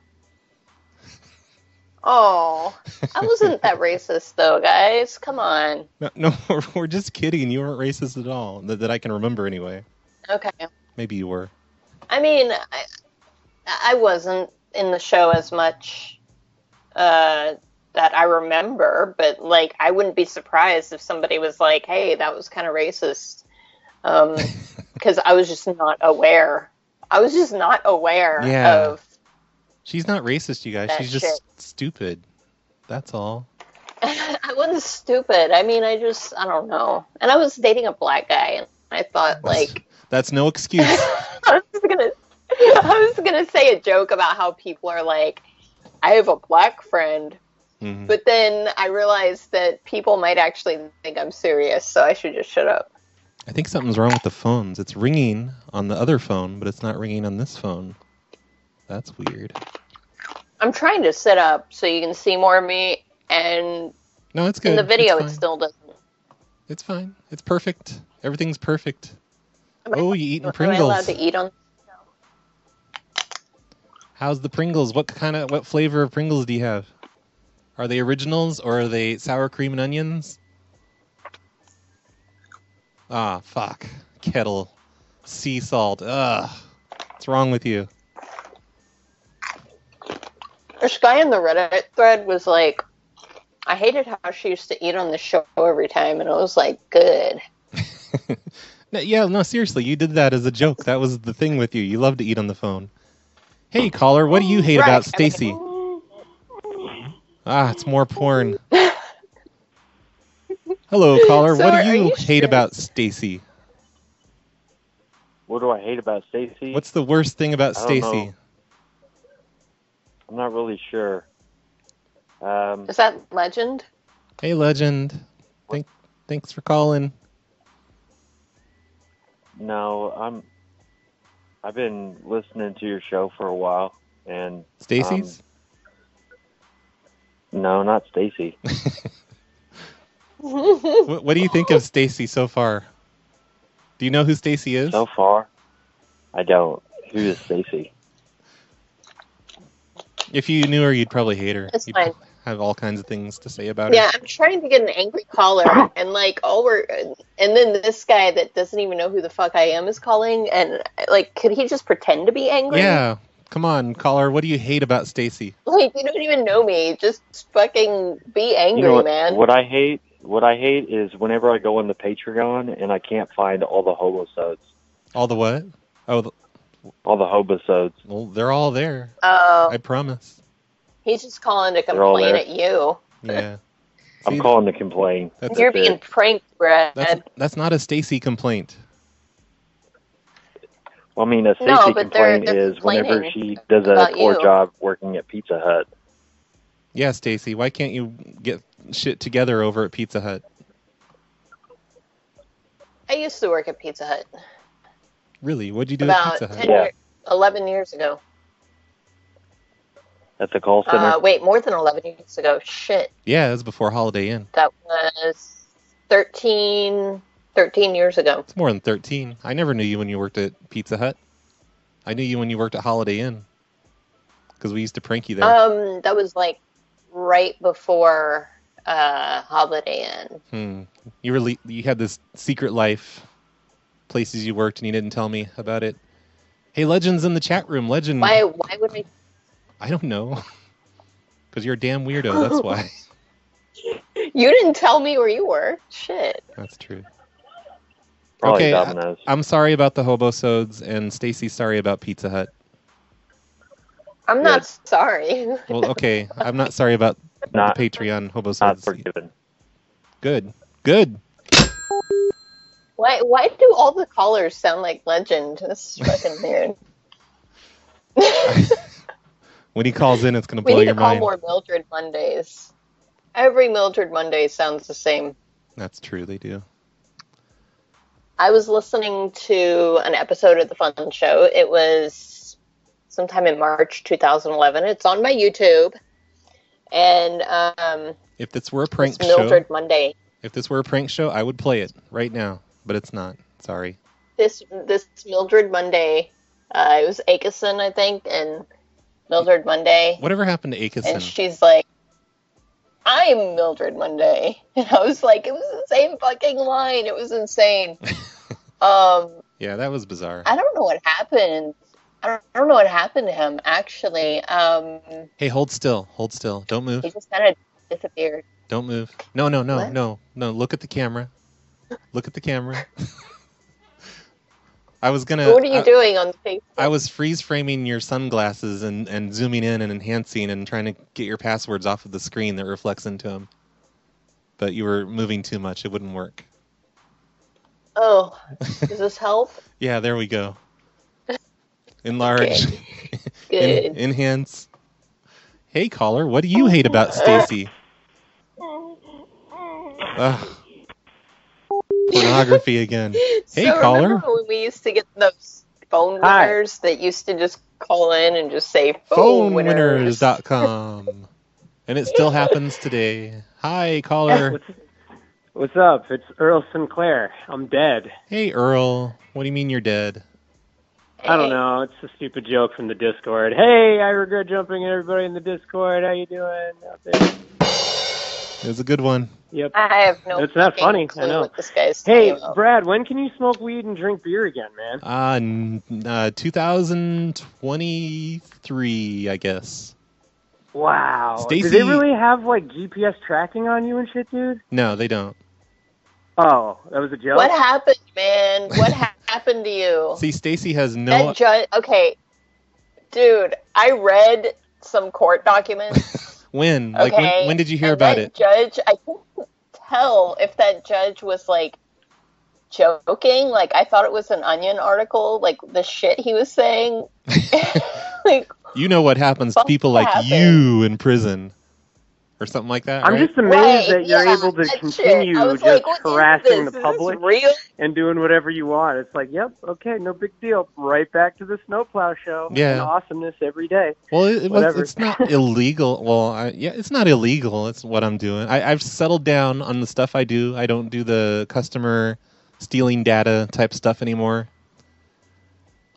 S4: Oh, I wasn't that racist though, guys. Come on.
S3: No, no we're, we're just kidding. You weren't racist at all, that, that I can remember anyway.
S4: Okay.
S3: Maybe you were.
S4: I mean, I, I wasn't in the show as much uh, that I remember, but like, I wouldn't be surprised if somebody was like, "Hey, that was kind of racist," because I was just not aware. I was just not aware
S3: Yeah.
S4: of
S3: She's not racist, you guys.
S4: That
S3: She's just
S4: shit.
S3: stupid. That's all.
S4: I wasn't stupid. I mean, I just I don't know. And I was dating a black guy, and I thought like
S3: That's no excuse.
S4: I was gonna I was gonna say a joke about how people are like, I have a black friend,
S3: Mhm.
S4: but then I realized that people might actually think I'm serious, so I should just shut up.
S3: I think something's wrong with the phones. It's ringing on the other phone, but it's not ringing on this phone. That's weird.
S4: I'm trying to sit up so you can see more of me, and
S3: No, it's good.
S4: in the video
S3: it's
S4: it
S3: fine.
S4: still doesn't.
S3: It's fine. It's perfect. Everything's perfect.
S4: Am I-
S3: oh, you eating
S4: Am I allowed
S3: Pringles?
S4: to eat on?
S3: How's the Pringles? What kind of what flavor of Pringles do you have? Are they originals or are they sour cream and onions? Ah, fuck. Kettle. Sea salt. Ugh. What's wrong with you?
S4: This guy in the Reddit thread was like, I hated how she used to eat on the show every time, and it was like, good.
S3: No, yeah, no, seriously, you did that as a joke. That was the thing with you. You love to eat on the phone. Hey, caller, what do you hate
S4: Right,
S3: about
S4: I mean-
S3: Stacy? Ah, it's more porn. Hello, caller,
S4: So
S3: what
S4: are
S3: do you,
S4: you
S3: hate about Stacy?
S9: What do I hate about Stacy?
S3: What's the worst thing about
S9: I don't
S3: Stacy?
S9: know. I'm not really sure. Um,
S4: Is that legend?
S3: Hey, legend. Thank, thanks for calling.
S9: no, I'm. I've been listening to your show for a while, and
S3: Stacy's?
S9: Um, no, not Stacy.
S4: Who
S3: What, what do you think of Stacy so far? Do you know who Stacy is?
S9: so far, I don't. Who is Stacy?
S3: If you knew her, you'd probably hate her.
S4: It's
S3: you'd
S4: fine.
S3: have all kinds of things to say about her.
S4: Yeah, I'm trying to get an angry caller, and like all we're, and then this guy that doesn't even know who the fuck I am is calling, and like, could he just pretend to be angry?
S3: Yeah. Come on, caller. What do you hate about Stacy?
S4: Like, you don't even know me. Just fucking be angry,
S9: you know what,
S4: man.
S9: what I hate. What I hate is whenever I go on the Patreon and I can't find all the hobosodes.
S3: All the what? Oh, the,
S9: All the hobosodes.
S3: well, they're all there.
S4: Oh,
S3: I promise.
S4: he's just calling to
S9: They're all
S4: complain
S9: there.
S4: at you.
S3: Yeah. See,
S9: I'm calling to complain.
S3: That's,
S4: You're
S9: it.
S4: being pranked, Brad.
S3: that's that's not a Stacy complaint.
S9: Well, I mean, a safety
S4: No, but they're-
S9: complaint
S4: they're
S9: is whenever
S4: complaining
S9: she does a
S4: about
S9: poor
S4: you.
S9: job working at Pizza Hut.
S3: Yeah, Stacy. Why can't you get shit together over at Pizza Hut?
S4: I used to work at Pizza Hut
S3: Really? What'd you do
S4: about
S3: at Pizza
S4: 10
S3: Hut?
S9: Yeah.
S4: year- 11 years ago.
S9: At the call center.
S4: Uh, wait, more than 11 years ago. Shit.
S3: Yeah, it was before Holiday Inn.
S4: That was 13, 13 years ago.
S3: It's more than thirteen. I never knew you when you worked at Pizza Hut. I knew you when you worked at Holiday Inn because we used to prank you there.
S4: Um, that was like right before uh, Holiday Inn.
S3: Hmm. You really you had this secret life, places you worked, and you didn't tell me about it. Hey, legends in the chat room. Legend.
S4: Why? Why would I?
S3: I don't know. Because you're a damn weirdo. That's why.
S4: You didn't tell me where you were. Shit.
S3: that's true.
S9: Probably
S3: okay,
S9: Domino's.
S3: I'm sorry about the hobosodes, and Stacy, sorry about Pizza Hut.
S4: I'm not sorry.
S3: Well, okay, I'm not sorry about
S9: Not-
S3: the Patreon
S9: Not
S3: hobosodes.
S9: forgiven.
S3: Good, good.
S4: Why? Why do all the callers sound like legend? This is fucking weird.
S3: When he calls in, it's gonna
S4: We
S3: blow
S4: need
S3: your
S4: to call
S3: mind.
S4: more Mildred Mondays. Every Mildred Monday sounds the same.
S3: That's true. They do.
S4: I was listening to an episode of The Fun Show. It was sometime in March 2011. It's on my YouTube. And um,
S3: If this were a
S4: it's
S3: prank show,
S4: Mildred Monday.
S3: if this were a prank show, I would play it right now, but it's not. Sorry.
S4: This this Mildred Monday, uh, it was Akison, I think, and Mildred Monday.
S3: Whatever happened to
S4: And
S3: Akison?
S4: she's like, I'm Mildred Monday. And I was like, it was the same fucking line. It was insane. um,
S3: Yeah, that was bizarre.
S4: I don't know what happened. I don't, I don't know what happened to him actually. Um,
S3: Hey, hold still. Hold still. Don't move.
S4: he just kind of disappeared.
S3: Don't move. No, no, no,
S4: What?
S3: no, no. Look at the camera. Look at the camera. I was gonna.
S4: what are you
S3: I,
S4: doing on the Facebook?
S3: I was freeze framing your sunglasses and, and zooming in and enhancing and trying to get your passwords off of the screen that reflects into them. But you were moving too much. It wouldn't work.
S4: oh, does this help?
S3: Yeah, there we go. Enlarge.
S4: Good.
S3: En- enhance. Hey caller, what do you hate about Stacy? Ugh. Pornography again. Hey,
S4: so
S3: caller.
S4: remember when we used to get those phone
S9: Hi.
S4: winners that used to just call in and just say "Oh, phone, winners?
S3: Phonewinners.com. and it still happens today. Hi caller.
S10: What's up? It's Earl Sinclair. I'm dead.
S3: Hey Earl, what do you mean you're dead?
S10: I don't know. It's a stupid joke from the Discord. Hey, I regret jumping in everybody in the Discord. How you doing? Out there?
S3: It was a good one.
S10: Yep.
S4: I have no.
S10: It's not
S4: fucking
S10: funny, I
S4: Clue
S10: know.
S4: What this guy's
S10: Hey,
S4: talking about.
S10: Brad, when can you smoke weed and drink beer again, man?
S3: Uh, n- uh, 2023, I guess.
S10: Wow. Do
S3: Stacy-
S10: they really have like GPS tracking on you and shit, dude?
S3: No, they don't.
S10: Oh, that was a joke.
S4: What happened, man? What ha- happened to you?
S3: See, Stacy has no.
S4: That ju- okay, dude. I read some court documents.
S3: When? Like,
S4: Okay,
S3: when, when did you hear
S4: and
S3: about
S4: that
S3: it?
S4: Judge, I couldn't tell if that judge was like joking. Like I thought it was an Onion article. Like the shit he was saying. like
S3: You know what happens to
S4: Fuck
S3: people like
S4: happened.
S3: you in prison or something like that,
S10: I'm
S3: right?
S10: just amazed
S4: Right,
S10: that you're
S4: yeah,
S10: able to
S4: that shit. I
S10: continue
S4: was
S10: just
S4: like, what is
S10: harassing
S4: this?
S10: the
S4: Is this
S10: public
S4: real?
S10: and doing whatever you want. It's like, yep, okay, no big deal. Right back to the snowplow show
S3: Yeah.
S10: and awesomeness every day.
S3: Well, it, it was,
S10: Whatever.
S3: it's not illegal. Well, I, yeah, it's not illegal. It's what I'm doing. I, I've settled down on the stuff I do. I don't do the customer stealing data type stuff anymore.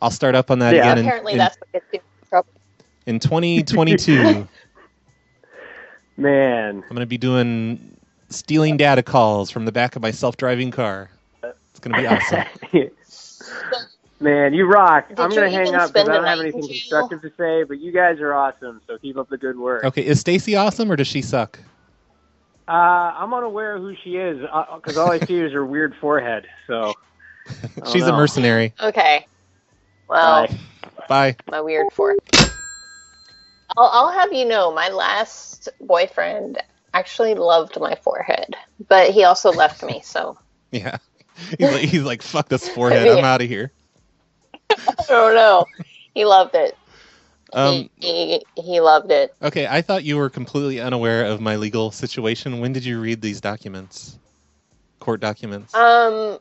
S3: I'll start up on that
S10: Yeah.
S3: again in,
S4: apparently
S3: in,
S4: that's what gets you in trouble.
S3: in 2022. I'm
S10: Man,
S3: going to be doing stealing data calls from the back of my self-driving car. It's going to be awesome.
S10: man, you rock.
S4: Did
S10: I'm
S4: you
S10: gonna
S4: even
S10: hang up
S4: spend
S10: because I
S4: the
S10: don't have
S4: night in
S10: anything
S4: jail?
S10: constructive to say. But you guys are awesome, so keep up the good work.
S3: Okay, is Stacy awesome or does she suck?
S10: Uh, I'm unaware who she is because all I see is her weird forehead. So I
S3: She's a
S10: don't know.
S3: mercenary.
S4: Okay. Well,
S10: Bye.
S3: Bye.
S4: my weird four. I'll, I'll have you know, my last boyfriend actually loved my forehead, but he also left me. So
S3: Yeah. He's like, he's like fuck this forehead. I'm out of here.
S4: I don't know. He loved it.
S3: Um,
S4: he, he he loved it.
S3: Okay, I thought you were completely unaware of my legal situation. When did you read these documents? Court documents.
S4: Um,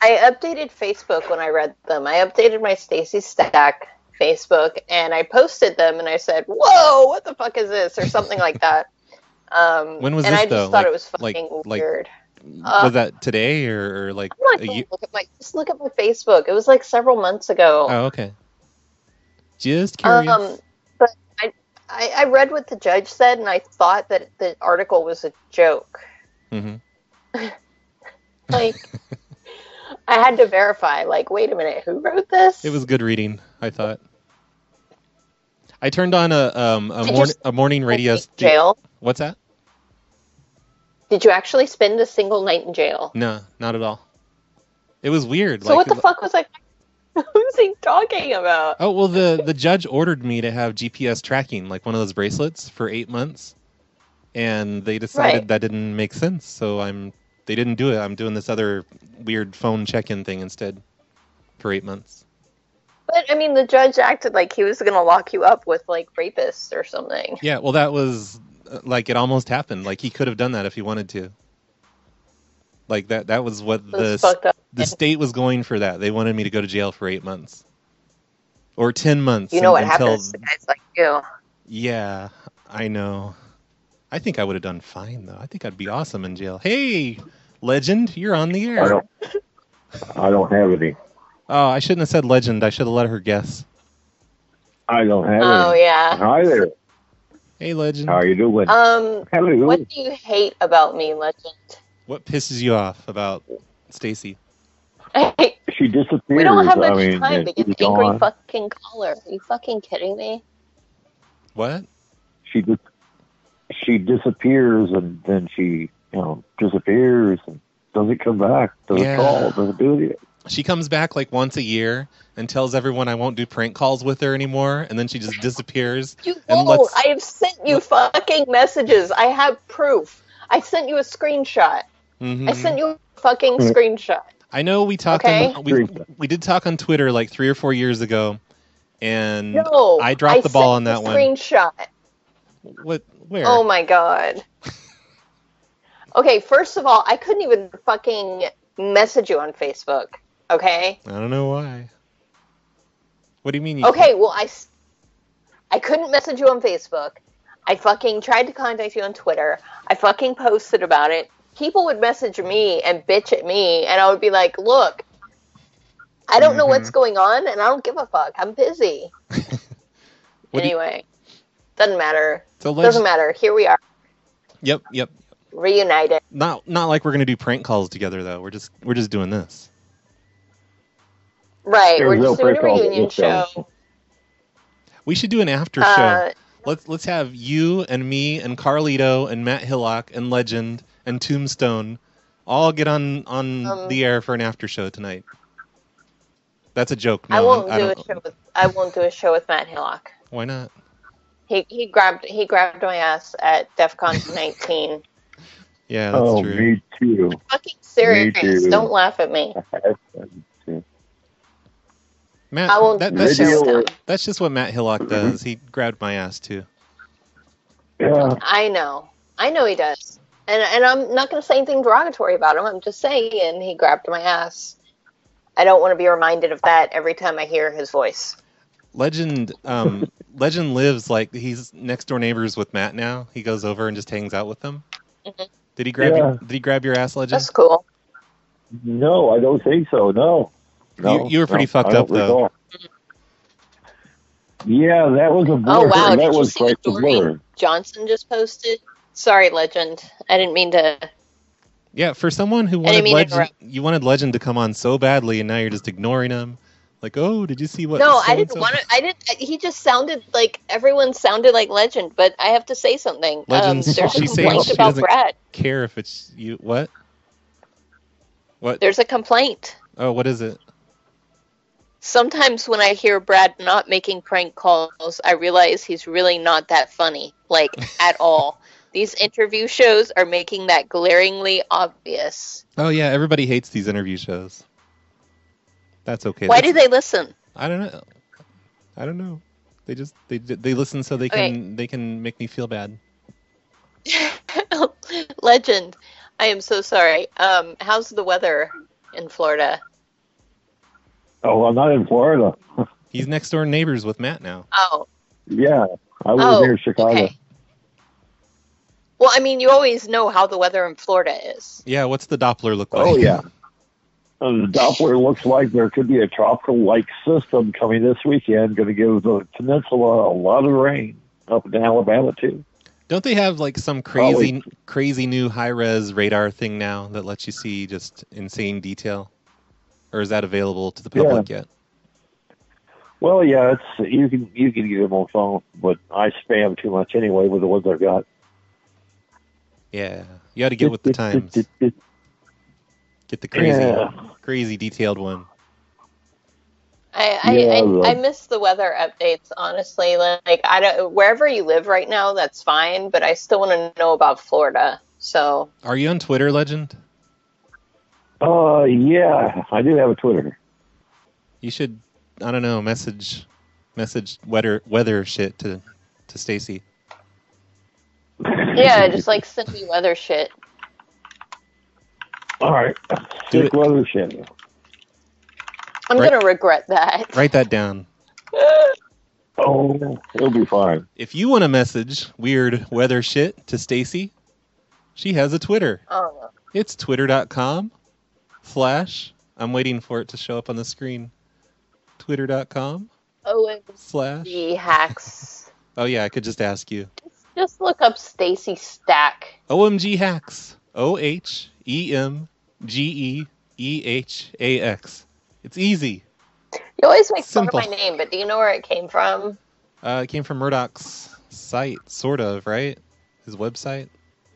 S4: I updated Facebook when I read them. I updated my Stacy Stack Facebook and I posted them and I said, "Whoa, what the fuck is this?" or something like that. Um,
S3: When was
S4: and
S3: this,
S4: I just
S3: though?
S4: thought
S3: Like-
S4: it was
S3: like-
S4: fucking
S3: like-
S4: weird. uh,
S3: Was that today or, or like
S4: I'm not
S3: a
S4: gonna
S3: year?
S4: look at my just look at my Facebook. It was like several months ago.
S3: Oh, okay. Just curious.
S4: Um, but I, I I read what the judge said and I thought that the article was a joke.
S3: hmm
S4: Like I had to verify. Like, wait a minute, who wrote this?
S3: It was good reading, I thought. I turned on a um a,
S4: Did you
S3: morn-
S4: s-
S3: a morning radio.
S4: Night in
S3: st-
S4: jail.
S3: What's that?
S4: Did you actually spend a single night in jail?
S3: No, not at all. It was weird.
S4: So what the fuck was I? What was he talking about?
S3: Oh well, the the judge ordered me to have GPS tracking, like one of those bracelets, for eight months, and they decided
S4: Right.
S3: that didn't make sense. So I'm they didn't do it. I'm doing this other weird phone check-in thing instead for eight months.
S4: But I mean, the judge acted like he was gonna lock you up with like rapists or something.
S3: Yeah, well, that was uh, like it almost happened. Like he could have done that if he wanted to. Like that that was what
S4: It
S3: the
S4: was
S3: s-
S4: fucked up.
S3: the state was going for. That they wanted me to go to jail for eight months or ten months.
S4: You know what
S3: and- until
S4: happens to guys like you.
S3: Yeah, I know. I think I would have done fine though. I think I'd be awesome in jail. Hey, legend, you're on the air.
S11: I don't. I don't have any.
S3: Oh, I shouldn't have said legend. I should have let her guess.
S11: I don't have
S4: Oh
S11: any.
S4: yeah.
S11: Hi there.
S3: Hey, legend.
S11: How are you doing?
S4: Um,
S11: Hello.
S4: what do you hate about me, Legend?
S3: What pisses you off about Stacy?
S11: she disappears.
S4: we don't have much
S11: I mean,
S4: time to
S11: and
S4: get
S11: she's
S4: the angry
S11: gone.
S4: fucking caller. Are you fucking kidding me?
S3: What?
S11: She dis- she disappears, and then she you know disappears and doesn't come back. Doesn't
S3: Yeah.
S11: call. Doesn't do anything.
S3: She comes back like once a year and tells everyone I won't do prank calls with her anymore, and then she just disappears.
S4: You
S3: And
S4: won't.
S3: let's-
S4: I have sent you fucking messages. I have proof. I sent you a screenshot.
S3: Mhm.
S4: I sent you a fucking screenshot.
S3: I know we talked.
S4: Okay.
S3: On, we we did talk on Twitter like three or four years ago, and
S4: No,
S3: I dropped the ball on
S4: sent you
S3: that
S4: a
S3: one.
S4: Screenshot.
S3: what? Where?
S4: Oh my god. Okay, first of all, I couldn't even fucking message you on Facebook. Okay.
S3: I don't know why. What do you mean? You
S4: Okay. Well, I s- I couldn't message you on Facebook. I fucking tried to contact you on Twitter. I fucking posted about it. People would message me and bitch at me, and I would be like, "Look,
S3: Mm-hmm.
S4: I don't know what's going on, and I don't give a fuck. I'm busy."
S3: What do you-
S4: anyway, doesn't matter.
S3: So
S4: Doesn't
S3: legend.
S4: matter. Here we are.
S3: Yep, yep.
S4: reunited.
S3: Not not like we're gonna do prank calls together though. We're just we're just doing this.
S4: Right,
S3: There's
S4: we're
S3: no
S4: just doing a
S3: break off
S4: reunion
S3: this show.
S4: show.
S3: We should do an after
S4: Uh,
S3: show. Let's let's have you and me and Carlito and Matt Hillock and Legend and Tombstone all get on on
S4: Um,
S3: the air for an after show tonight. That's a joke. No,
S4: I won't
S3: I
S4: do a
S3: don't,
S4: show with I won't do a show with Matt Hillock.
S3: Why not?
S4: He he grabbed he grabbed my ass at DEF CON 19.
S3: Yeah,
S11: that's oh, true. me too.
S4: Fucking serious.
S11: Me too.
S4: Don't laugh at me.
S3: Matt,
S4: I won't
S3: that,
S4: do
S3: that's,
S4: a show
S3: just,
S4: with him.
S3: that's just what Matt Hillock does. He grabbed my ass too. uh,
S11: Yeah.
S4: I know. I know he does. And and I'm not going to say anything derogatory about him. I'm just saying he grabbed my ass. I don't want to be reminded of that every time I hear his voice.
S3: Legend um Legend lives like he's next door neighbors with Matt now. He goes over and just hangs out with them. Did he grab
S11: Yeah.
S3: you, did he grab your ass, Legend?
S4: Mm-hmm. That's cool.
S11: No, I don't think so. No. No,
S3: You- you were pretty
S11: no,
S3: fucked
S11: I don't
S3: up, though.
S11: recall. Yeah, that was a blur.
S4: Oh, wow,
S11: That
S4: did you
S11: was
S4: see
S11: quite the blur.
S4: Johnson just posted. Sorry, legend. I didn't mean to.
S3: Yeah, for someone who
S4: didn't
S3: wanted
S4: mean to
S3: Legend,
S4: interrupt.
S3: you wanted Legend to come on so badly, and now you're just ignoring him. Like, oh, did you see what?
S4: no, I didn't
S3: so-and-so-"
S4: want to. I didn't. He just sounded like everyone sounded like legend. But I have to say something.
S3: Legend,
S4: um, there's a
S3: she's saying
S4: complaint
S3: she
S4: about
S3: doesn't
S4: Brad.
S3: care if it's you. What? What?
S4: There's a complaint.
S3: Oh, what is it?
S4: Sometimes when I hear Brad not making prank calls, I realize he's really not that funny, like at all. These interview shows are making that glaringly obvious.
S3: Oh yeah, everybody hates these interview shows. That's okay.
S4: Why
S3: That's-
S4: do they listen?
S3: I don't know. I don't know. They just they they listen so they
S4: Okay.
S3: can they can make me feel bad.
S4: Legend, I am so sorry. Um, how's the weather in Florida?
S11: Oh, I'm not in Florida.
S3: He's next door neighbors with Matt now.
S4: Oh,
S11: Yeah, I was
S4: Oh,
S11: near Chicago.
S4: well, I mean, you always know how the weather in Florida is.
S3: Yeah, what's the Doppler look like?
S11: Oh yeah. And the Um, Doppler looks like there could be a tropical-like system coming this weekend, going to give the peninsula a lot of rain up in Alabama too.
S3: Don't they have like
S11: Oh,
S3: some crazy crazy new high res radar thing now that lets you see just insane detail? Or is that available to the public yet?
S11: Well, yeah, it's you can you can get them on phone, but I spam too much anyway with the ones I've got.
S3: Yeah. You got to get with the times. Get the crazy
S11: Yeah.
S3: crazy detailed one.
S4: I I,
S3: Yeah,
S4: I,
S3: I-
S4: I miss the weather updates. Honestly, like I don't wherever you live right now, that's fine. But I still want to know about Florida. So
S3: Are you on Twitter, Legend?
S11: Uh, yeah, I do have a Twitter.
S3: You should I don't know, message message weather weather shit to to Stacy.
S4: yeah, just like send me weather shit.
S11: All right,
S3: Do
S11: sick weather shit.
S4: I'm
S3: Right.
S4: gonna regret that.
S3: Write that down.
S11: Oh, it'll be fine.
S3: If you want to message weird weather shit to Stacy, she has a Twitter.
S4: Oh,
S3: It's twitter.com slash. I'm waiting for it to show up on the screen. Twitter.com.
S4: OMG hacks.
S3: Oh, yeah, I could just ask you.
S4: Just look up Stacy Stack.
S3: OMG hacks. O H E M G E E H A X. It's easy.
S4: You always make
S3: Simple.
S4: fun of my name, but do you know where it came from?
S3: Uh, it came from Murdoch's site, sort of, right? His website.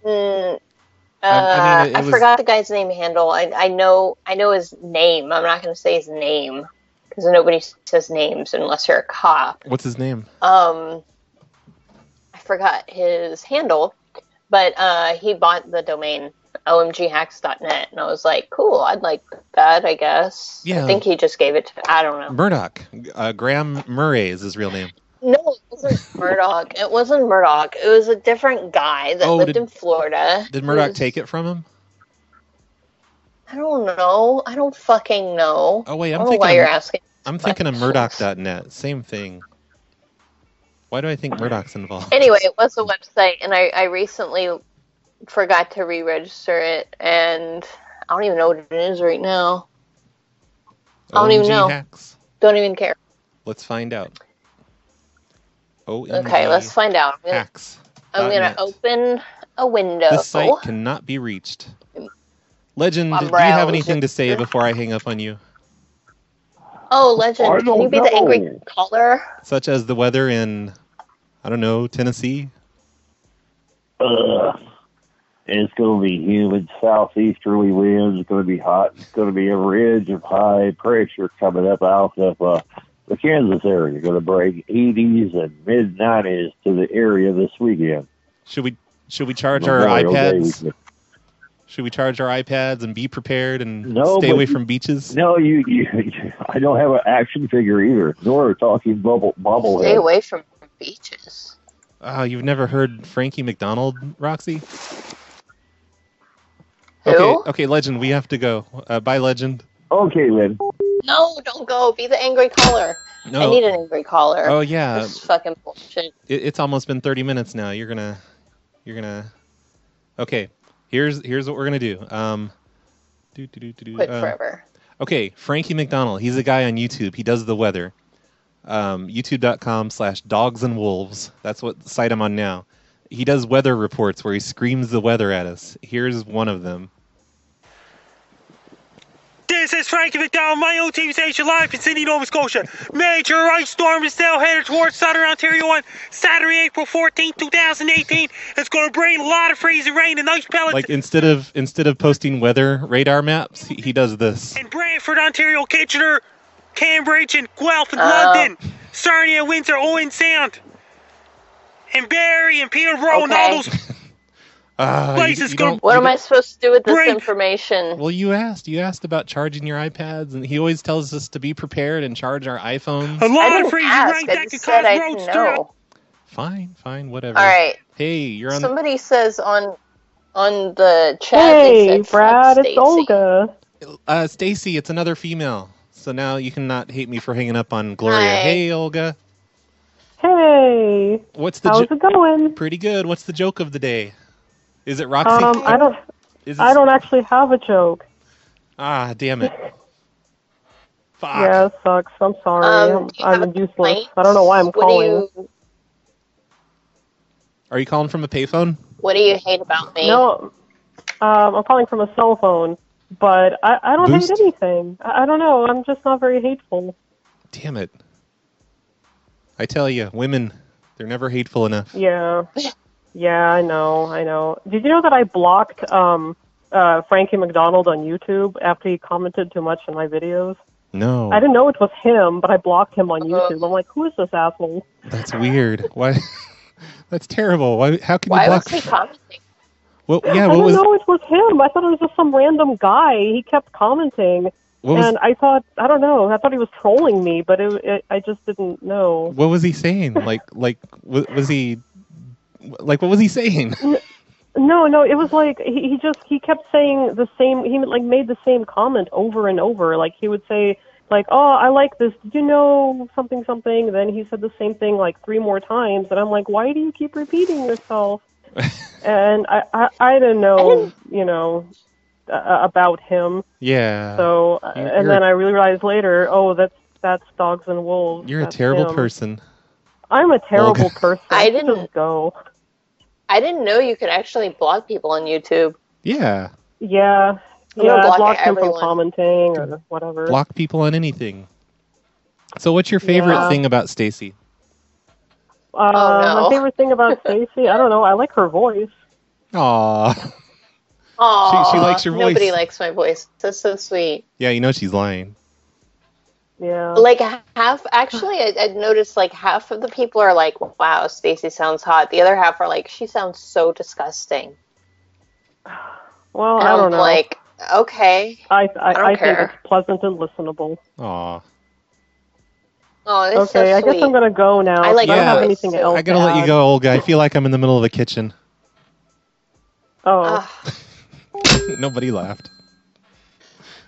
S4: Mm, uh,
S3: I- I
S4: I,
S3: mean, it- it was-
S4: forgot the guy's name handle. I, I know I know his name. I'm not going to say his name because nobody says names unless you're a cop.
S3: What's his name?
S4: Um, I forgot his handle, but uh, he bought the domain omghacks.net, and I was like, cool. I'd like that, I guess.
S3: Yeah.
S4: I think he just gave it to. I don't know.
S3: Murdoch. Uh, Graham Murray is his real name.
S4: No, it wasn't Murdoch. It wasn't Murdoch. It was a different guy that
S3: Oh,
S4: lived
S3: did-
S4: in Florida.
S3: Did Murdoch
S4: It was-
S3: take it from him?
S4: I don't know. I don't fucking know.
S3: Oh wait,
S4: I
S3: I'm
S4: don't know
S3: thinking
S4: why
S3: of-
S4: you're asking.
S3: I'm thinking of Murdoch.net. Same thing. Why do I think Murdoch's involved?
S4: Anyway, it was a website, and I, I recently forgot to re-register it, and I don't even know what it is right now. I don't even
S3: OMG
S4: know.
S3: Hacks.
S4: Don't even care.
S3: Let's find out. OMG
S4: Okay, let's find out. I'm gonna,
S3: Hacks.
S4: I'm
S3: dot
S4: gonna
S3: net.
S4: open a window.
S3: This site cannot be reached. Legend, do you have
S4: Umbrella.
S3: anything to say before I hang up on you?
S4: Oh, legend! Can you be the angry caller?
S3: Such as the weather in, I don't know, Tennessee?
S11: Ugh. Uh, It's going to be humid, southeasterly winds. It's going to be hot. It's going to be a ridge of high pressure coming up out of uh, the Kansas area. Going to bring 80s and mid 90s to the area this weekend.
S3: Should we should we charge our
S11: Memorial Day
S3: iPads?
S11: weekend.
S3: Should we charge our iPads and be prepared and
S11: No,
S3: stay
S11: but-
S3: away from beaches?
S11: No, you, you, I don't have an action figure either, nor a talking bubble bobblehead.
S4: Stay away from beaches.
S3: Oh, you've never heard Frankie McDonald, Roxy?
S4: Who?
S3: Okay, okay, Legend, we have to go. Uh, bye, Legend.
S11: Okay, Lynn.
S4: No, don't go. Be the angry caller.
S3: No.
S4: I need an angry caller.
S3: Oh yeah,
S4: This is fucking bullshit.
S3: it, it's almost been 30 minutes now. You're gonna, you're gonna. Okay, here's here's what we're gonna do. Um, do do do do do.
S4: Quit
S3: um,
S4: forever.
S3: Okay, Frankie McDonald. He's a guy on YouTube. He does the weather. Um, YouTube.com slash dogs and wolves. That's what site I'm on now. He does weather reports where he screams the weather at us. Here's one of them.
S12: This is Frankie McDowell, my own team station live in Sydney, Nova Scotia. Major ice storm is now headed towards southern Ontario on Saturday, April 14, 2018. It's going to bring a lot of freezing rain and ice pellets
S3: Like instead of instead of posting weather radar maps, he, he does this.
S12: in Brantford, Ontario, Kitchener, Cambridge, and Guelph, and
S3: Oh.
S12: London, Sarnia, Windsor, Owen Sound, and Barrie, and Peterborough, and all those
S3: Ah, you-
S12: places
S3: you
S12: going
S3: don't-
S4: What
S3: you
S4: am
S3: don't-
S4: I supposed to do with this
S3: Great.
S4: information?
S3: Well, you asked. You asked about charging your iPads, and he always tells us to be prepared and charge our iPhones.
S4: I didn't ask. I just said I know.
S3: Fine, fine, whatever.
S4: All right.
S3: Hey, you're on.
S4: Somebody says on on the chat. they
S13: Hey,
S4: said,
S13: Brad,
S4: "Fuck
S13: it's
S4: Stacey."
S13: Olga.
S3: Uh, Stacy, it's another female. So now you cannot hate me for hanging up on Gloria.
S13: Hi.
S3: Hey, Olga.
S13: Hey,
S3: What's the?
S13: how's it going?
S3: Pretty good. What's the joke of the day? Is it Roxy?
S13: Um, I don't,
S3: Is it,
S13: I don't actually have a joke.
S3: Ah, damn it. Fuck.
S13: Yeah, it sucks. I'm sorry.
S4: Um, do you
S13: I'm,
S4: have
S13: I'm useless. I don't know why I'm
S4: What do
S13: calling.
S4: you
S3: Are you calling from a payphone?
S4: What do you hate about me?
S13: No, um, I'm calling from a cell phone, but I, I don't hate anything. I, I don't know. I'm just not very hateful.
S3: Damn it. I tell you, women, they're never hateful enough.
S13: Yeah. Yeah, I know. I know. Did you know that I blocked um, uh, Frankie McDonald on YouTube after he commented too much on my videos?
S3: No.
S13: I didn't know it was him, but I blocked him on YouTube. I'm like, who is this asshole?
S3: That's weird. Why? That's terrible. Why? How can
S13: Why
S3: you block?
S13: was he commenting?
S3: Well,
S13: I
S3: yeah. What
S13: don't
S3: was?
S13: know. It was him. I thought it was just some random guy. He kept commenting,
S3: What was-
S13: and I thought I don't know. I thought he was trolling me, but it, it, I just didn't know.
S3: What was he saying? Like, like, wa- was he? Like, what was he saying?
S13: No, no. It was like he, he just he kept saying the same. He like made the same comment over and over. Like he would say like, "Oh, I like this. Did you know something something?" Then he said the same thing like three more times, and I'm like, "Why do you keep repeating yourself?" and I I, I didn't know you know uh, about him.
S3: Yeah.
S13: So, uh,
S3: You're-
S13: and
S3: you're-
S13: then I realized later, oh, that's that's dogs and wolves.
S3: You're a
S13: That's
S3: terrible
S13: him.
S3: person.
S13: I'm a terrible person.
S4: I didn't
S13: go.
S4: I didn't know you could actually block people on YouTube.
S3: Yeah.
S13: Yeah,
S4: I'm
S13: yeah.
S4: gonna block
S13: I blocked him
S4: everyone.
S13: from commenting or whatever.
S3: Block people on anything. So, what's your favorite
S13: Yeah.
S3: thing about Stacy?
S13: Uh,
S4: Oh, no.
S13: My favorite thing about Stacey, I don't know. I like her voice.
S3: Aw.
S4: Aww,
S3: she likes your
S4: Nobody
S3: voice.
S4: likes my voice. That's so sweet.
S3: Yeah, you know she's lying. Mm-hmm.
S13: Yeah.
S4: Like half, actually, I, I noticed like half of the people are like, "Wow, Stacy sounds hot." The other half are like, "She sounds so disgusting."
S13: Well,
S4: And
S13: I
S4: I'm
S13: don't know.
S4: Um, like, okay.
S13: I I,
S4: don't
S13: I think
S4: care.
S13: it's pleasant and listenable.
S3: Aw.
S4: Oh,
S13: Okay,
S4: that's so
S13: I guess
S4: sweet.
S13: I'm gonna go now.
S4: I like
S13: I don't
S4: her
S13: have
S4: voice,
S13: anything
S4: too.
S13: else.
S3: I gotta let you go, Olga. I feel like I'm in the middle of a kitchen.
S13: Oh,
S3: Nobody laughed.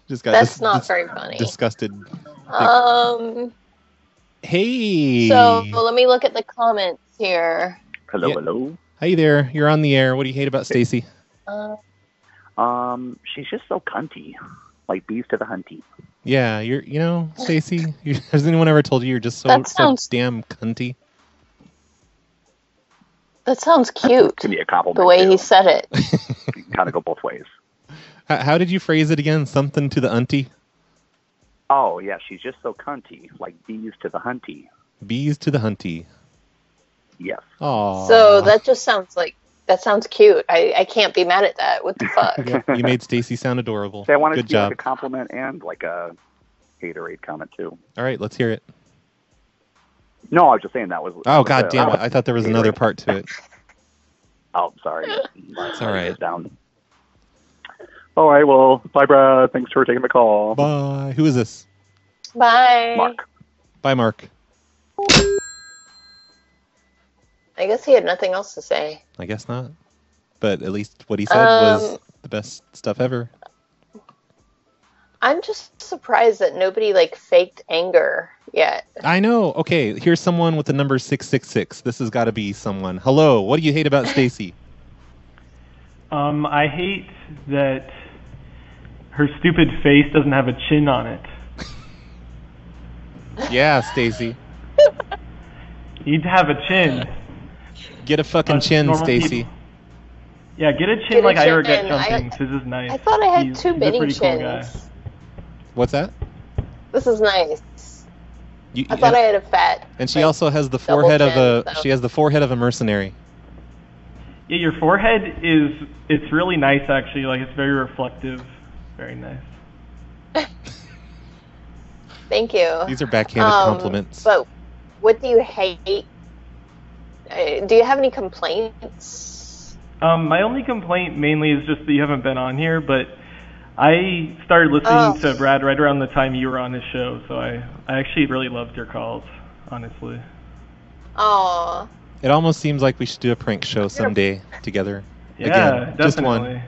S3: Just got
S4: That's
S3: dis-
S4: not
S3: dis-
S4: very funny.
S3: Disgusted.
S4: Um.
S3: Hey.
S4: So well, let me look at the comments here.
S14: Hello,
S3: Yeah.
S14: hello.
S3: Hey there. You're on the air. What do you hate about Stacy?
S4: Uh,
S14: Um, she's just so cunty, like bees to the hunty.
S3: Yeah, you're. You know, Stacy. you- Has anyone ever told you you're just so,
S14: That
S3: so
S14: sounds-
S3: damn cunty?
S4: That sounds cute.
S14: Can be a compliment.
S4: The way he said it.
S14: kind of go both ways.
S3: How, how did you phrase it again? Something to the auntie?
S14: Oh yeah, she's just so cunty, like bees to the hunty.
S3: Bees to the hunty.
S14: Yes.
S3: Aww.
S4: So that just sounds like that sounds cute. I, I can't be mad at that. What the fuck?
S3: Yep, you made Stacy sound adorable.
S14: See, I wanted to
S3: Good
S14: do like
S3: job.
S14: a compliment and like a haterade comment too.
S3: All right, let's hear it.
S14: No, I was just saying that was.
S3: Oh
S14: that was
S3: god
S14: it.
S3: damn
S14: That
S3: it!
S14: was-
S3: I thought there was another part to it.
S14: Oh, sorry.
S3: It's all right.
S14: Down. Oh, All right. Well, bye, Brad. Thanks for taking the call.
S3: Bye. Who is this?
S4: Bye.
S3: Bye, Mark.
S4: I guess he had nothing else to say.
S3: I guess not. But at least what he said was
S4: Um,
S3: the best stuff ever.
S4: I'm just surprised that nobody like faked anger yet.
S3: I know. Okay, here's someone with the number six six six. This has got to be someone. Hello. What do you hate about Stacy?
S15: Um, I hate that her stupid face doesn't have a chin on it.
S3: yeah, Stacy.
S15: You'd have a chin.
S3: Get a fucking
S15: Us
S3: chin,
S15: normal
S3: Stacy.
S15: people- Yeah, get a chin
S4: Get a
S15: like I ever get
S4: chin. I-
S15: something. This is nice.
S4: I thought I had
S15: He's-
S4: too
S15: he's a
S4: many
S15: pretty cool guy.
S4: chins.
S3: What's that?
S4: This is nice.
S3: You,
S4: I thought I had a fat.
S3: and she also has the forehead of a she has the forehead of a mercenary.
S15: Yeah, your forehead is it's really nice actually. Like it's very reflective. Very nice.
S4: Thank you.
S3: These are backhanded
S4: Um,
S3: compliments.
S4: But what do you hate? Uh, do you have any complaints?
S15: Um, my only complaint mainly is just that you haven't been on here, but I started listening
S4: Oh.
S15: to Brad right around the time you were on his show, so I, I actually really loved your calls, honestly.
S4: Oh,
S3: It almost seems like we should do a prank show someday together.
S15: Yeah,
S3: again, just one
S15: definitely.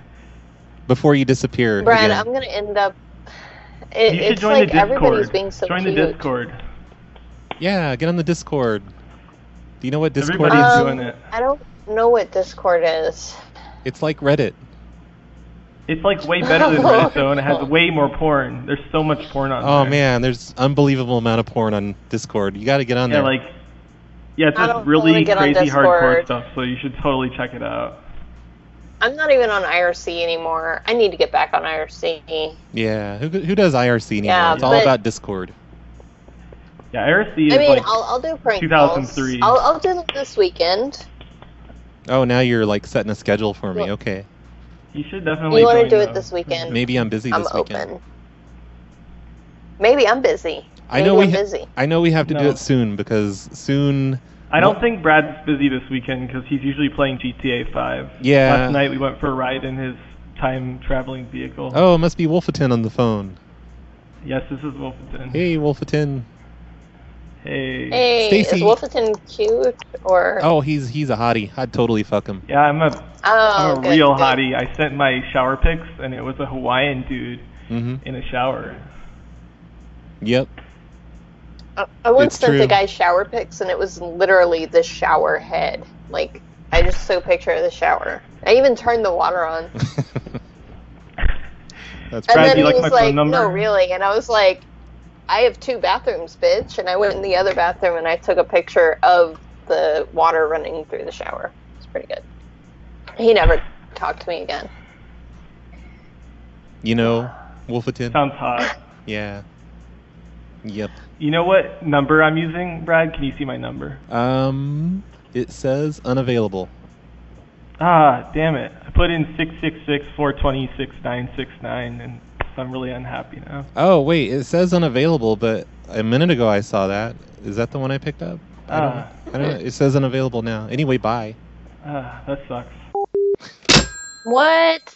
S3: before you disappear.
S4: Brad,
S3: again.
S4: I'm gonna end up. It,
S15: You should
S4: it's
S15: join the
S4: like everybody's
S15: Discord.
S4: being so
S15: Join the
S4: cute.
S15: Discord.
S3: Yeah, get on the Discord. Do you know what Discord
S4: Everybody's
S3: is?
S4: Um, doing it. I don't know what Discord is.
S3: It's like Reddit.
S15: It's like way better than Reddit though, and it has way more porn. There's so much porn on
S3: Oh man, there's unbelievable amount of porn on Discord. You got to get on
S15: Yeah,
S3: there.
S15: like yeah, it's
S4: I
S15: just
S4: don't wanna
S15: really
S4: get on
S15: crazy
S4: Discord.
S15: hardcore stuff, so you should totally check it out.
S4: I'm not even on IRC anymore. I need to get back on IRC.
S3: yeah, who who does IRC anymore?
S4: Yeah,
S3: it's all
S4: but-
S3: about Discord.
S15: Yeah, IRC
S4: I mean, I'll, I'll do prank calls.
S3: 2003.
S4: I'll, I'll do them this weekend.
S3: Oh, now you're like setting a schedule for me. Okay,
S15: You should definitely.
S4: you want to
S15: join
S4: do
S15: them.
S4: it this weekend?
S3: maybe I'm busy
S4: I'm
S3: this weekend.
S4: open. Maybe I'm busy.
S3: I know we
S4: Maybe I'm
S3: ha-
S4: busy.
S3: I know we have to do
S15: No.
S3: it soon because soon.
S15: I don't think Brad's busy this weekend because he's usually playing GTA 5.
S3: Yeah.
S15: Last night we went for a ride in his time traveling vehicle.
S3: Oh, it must be Wolfeton on the phone.
S15: Yes, this is Wolfenton.
S3: Hey, Wolfeton.
S15: Hey.
S4: Hey,
S3: Stacy.
S4: is Wolfenton cute or?
S3: Oh, he's he's a hottie. I'd totally fuck him.
S15: Yeah, I'm a
S4: Oh,
S15: am a
S4: good,
S15: real
S4: good.
S15: hottie. I sent my shower pics and it was a Hawaiian dude
S3: Mm-hmm.
S15: in a shower.
S3: Yep.
S4: I- I once
S15: It's
S4: sent
S15: true.
S4: the guy shower pics, and it was literally the shower head. Like, I just took a picture of the shower. I even turned the water on. and
S3: That's
S15: Brad,
S4: then
S15: do you
S4: he
S15: like my
S4: was
S15: phone
S4: like,
S15: number?
S4: no, really. And I was like, I have two bathrooms, bitch. And I went in the other bathroom and I took a picture of the water running through the shower. It's pretty good. He never talked to me again.
S3: You know, Wolfeton.
S15: Sounds hot.
S3: Yeah. Yep.
S15: You know what number I'm using, Brad? Can you see my number?
S3: Um, it says unavailable.
S15: Ah, damn it. I put in six six six four twenty six nine six nine, and I'm really unhappy now.
S3: Oh wait, it says unavailable, but a minute ago I saw that. Is that the one I picked up? I don't,
S15: Ah.
S3: I don't know. It says unavailable now. Anyway, bye.
S15: Ah, that sucks.
S4: What?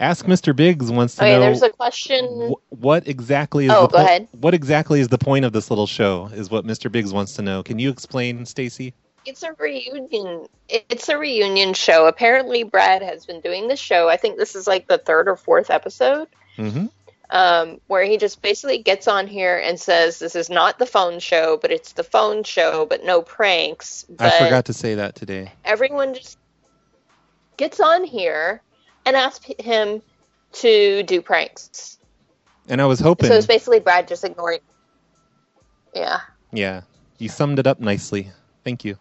S3: Ask Mr. Biggs wants to
S4: Okay,
S3: know
S4: there's a question.
S3: wh- what exactly is
S4: Oh,
S3: the
S4: go
S3: po-
S4: ahead.
S3: what exactly is the point of this little show is what Mr. Biggs wants to know. Can you explain, Stacy?
S4: It's a reunion. It's a reunion show. Apparently, Brad has been doing this show. I think this is like the third or fourth episode.
S15: Mm-hmm.
S3: Mhm.
S4: um, where he just basically gets on here and says, "This is not the phone show, but it's the phone show, but no pranks." But
S3: I forgot to say that today.
S4: everyone just gets on here and asks p- him to do pranks.
S3: And I was hoping
S4: So it's basically Brad just ignoring. Yeah,
S3: Yeah. You summed it up nicely. Thank you.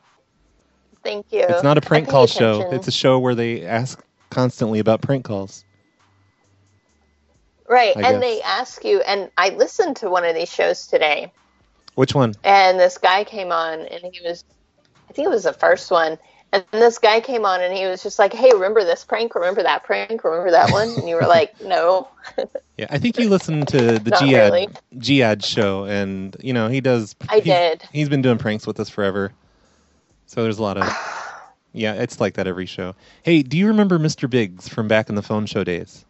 S4: Thank you.
S3: It's not a prank
S4: I pay
S3: call show.
S4: attention.
S3: It's a show where they ask constantly about prank calls.
S4: right,
S3: I guess.
S4: and they ask you. And I listened to one of these shows today,
S3: Which one?
S4: and this guy came on and he was i think it was the first one and this guy came on and he was just like hey remember this prank remember that prank remember that one and you were like no
S3: Yeah, I think you listened to the
S4: Not
S3: Giad
S4: really.
S3: Giad show, and you know he does.
S4: I
S3: he's-
S4: did.
S3: He's been doing pranks with us forever, so there's a lot of. Yeah, it's like that every show. Hey, do you remember Mr. Biggs from back in the phone show days?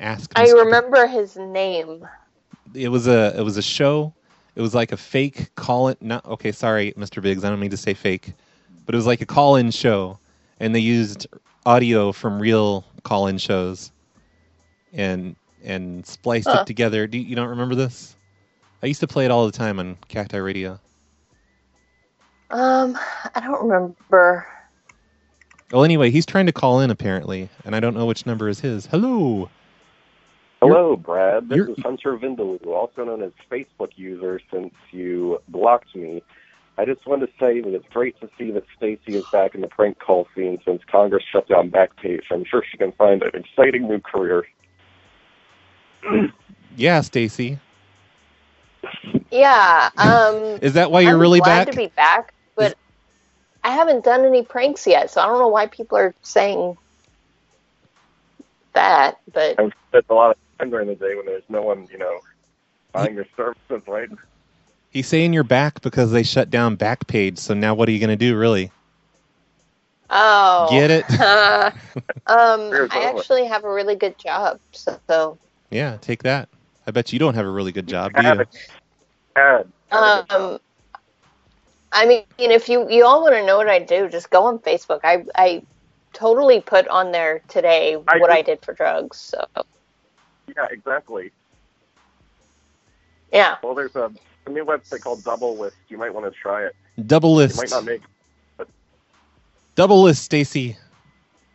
S3: Ask.
S4: i remember his name
S3: It was a it was a show. It was like a fake call it. Not okay. Sorry, Mr. Biggs. I don't mean to say fake, but it was like a call in show, and they used audio from real call in shows, and and spliced
S16: Huh.
S3: it together. Do you, you don't remember this? I used to play it all the time on Cacti Radio.
S4: um i don't remember
S3: Well, anyway, he's trying to call in apparently, and I don't know which number is his. Hello.
S16: Hello, Brad. This
S3: you're-
S16: is Hunter Vindaloo, also known as Facebook user since you blocked me. I just wanted to say that it's great to see that Stacy is back in the prank call scene since Congress shut down Backpage. I'm sure she can find an exciting new career.
S3: Yeah, Stacy.
S4: yeah um
S3: Is that why you're
S4: I'm
S3: really
S4: glad
S3: back?
S4: to be back but i haven't done any pranks yet so i don't know why people are saying that but
S16: I've spent a lot of time during the day when there's no one, you know, buying your services, right?
S3: He's saying you're back because they shut down Backpage. So now what are you gonna do, really?
S4: Oh,
S3: Get it?
S4: um,
S3: all
S4: I
S3: of it.
S4: actually have a really good job, so, so,
S3: Yeah, take that. I bet you don't have a really good job, do you?
S4: um, I mean, if you you all want to know what I do, just go on Facebook. I I totally put on there today what I did for drugs. So
S16: Yeah, exactly.
S4: yeah,
S16: Well, there's a, a new website called Double List. You might want to try it.
S3: Double
S16: You
S3: list.
S16: might not make
S3: Double list, Stacy.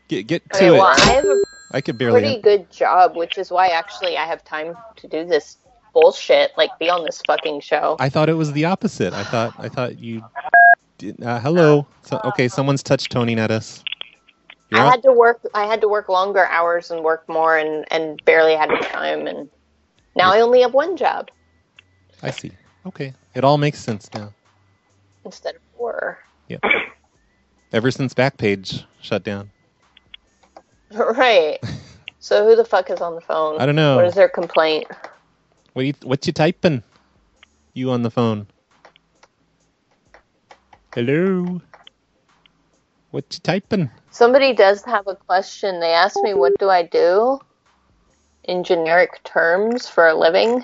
S3: Get get to
S4: okay.
S3: it.
S4: Well, I have a
S3: I could barely.
S4: pretty good job, which is why actually I have time to do this bullshit, like be on this fucking show.
S3: I thought it was the opposite. I thought I thought you. Did, uh, hello. So, okay, someone's touch toning at us. You're
S4: I
S3: on-
S4: had to work. I had to work longer hours and work more, and and barely had time. And now I only have one job
S3: I see. Okay, it all makes sense now.
S4: instead of four.
S3: Yeah. Ever since Backpage shut down.
S4: Right. So who the fuck is on the phone?
S3: I don't know.
S4: What is their complaint?
S3: What you what you typing? You on the phone? Hello. What you typing?
S4: Somebody does have a question. They asked me, "What do I do?" In generic terms for a living.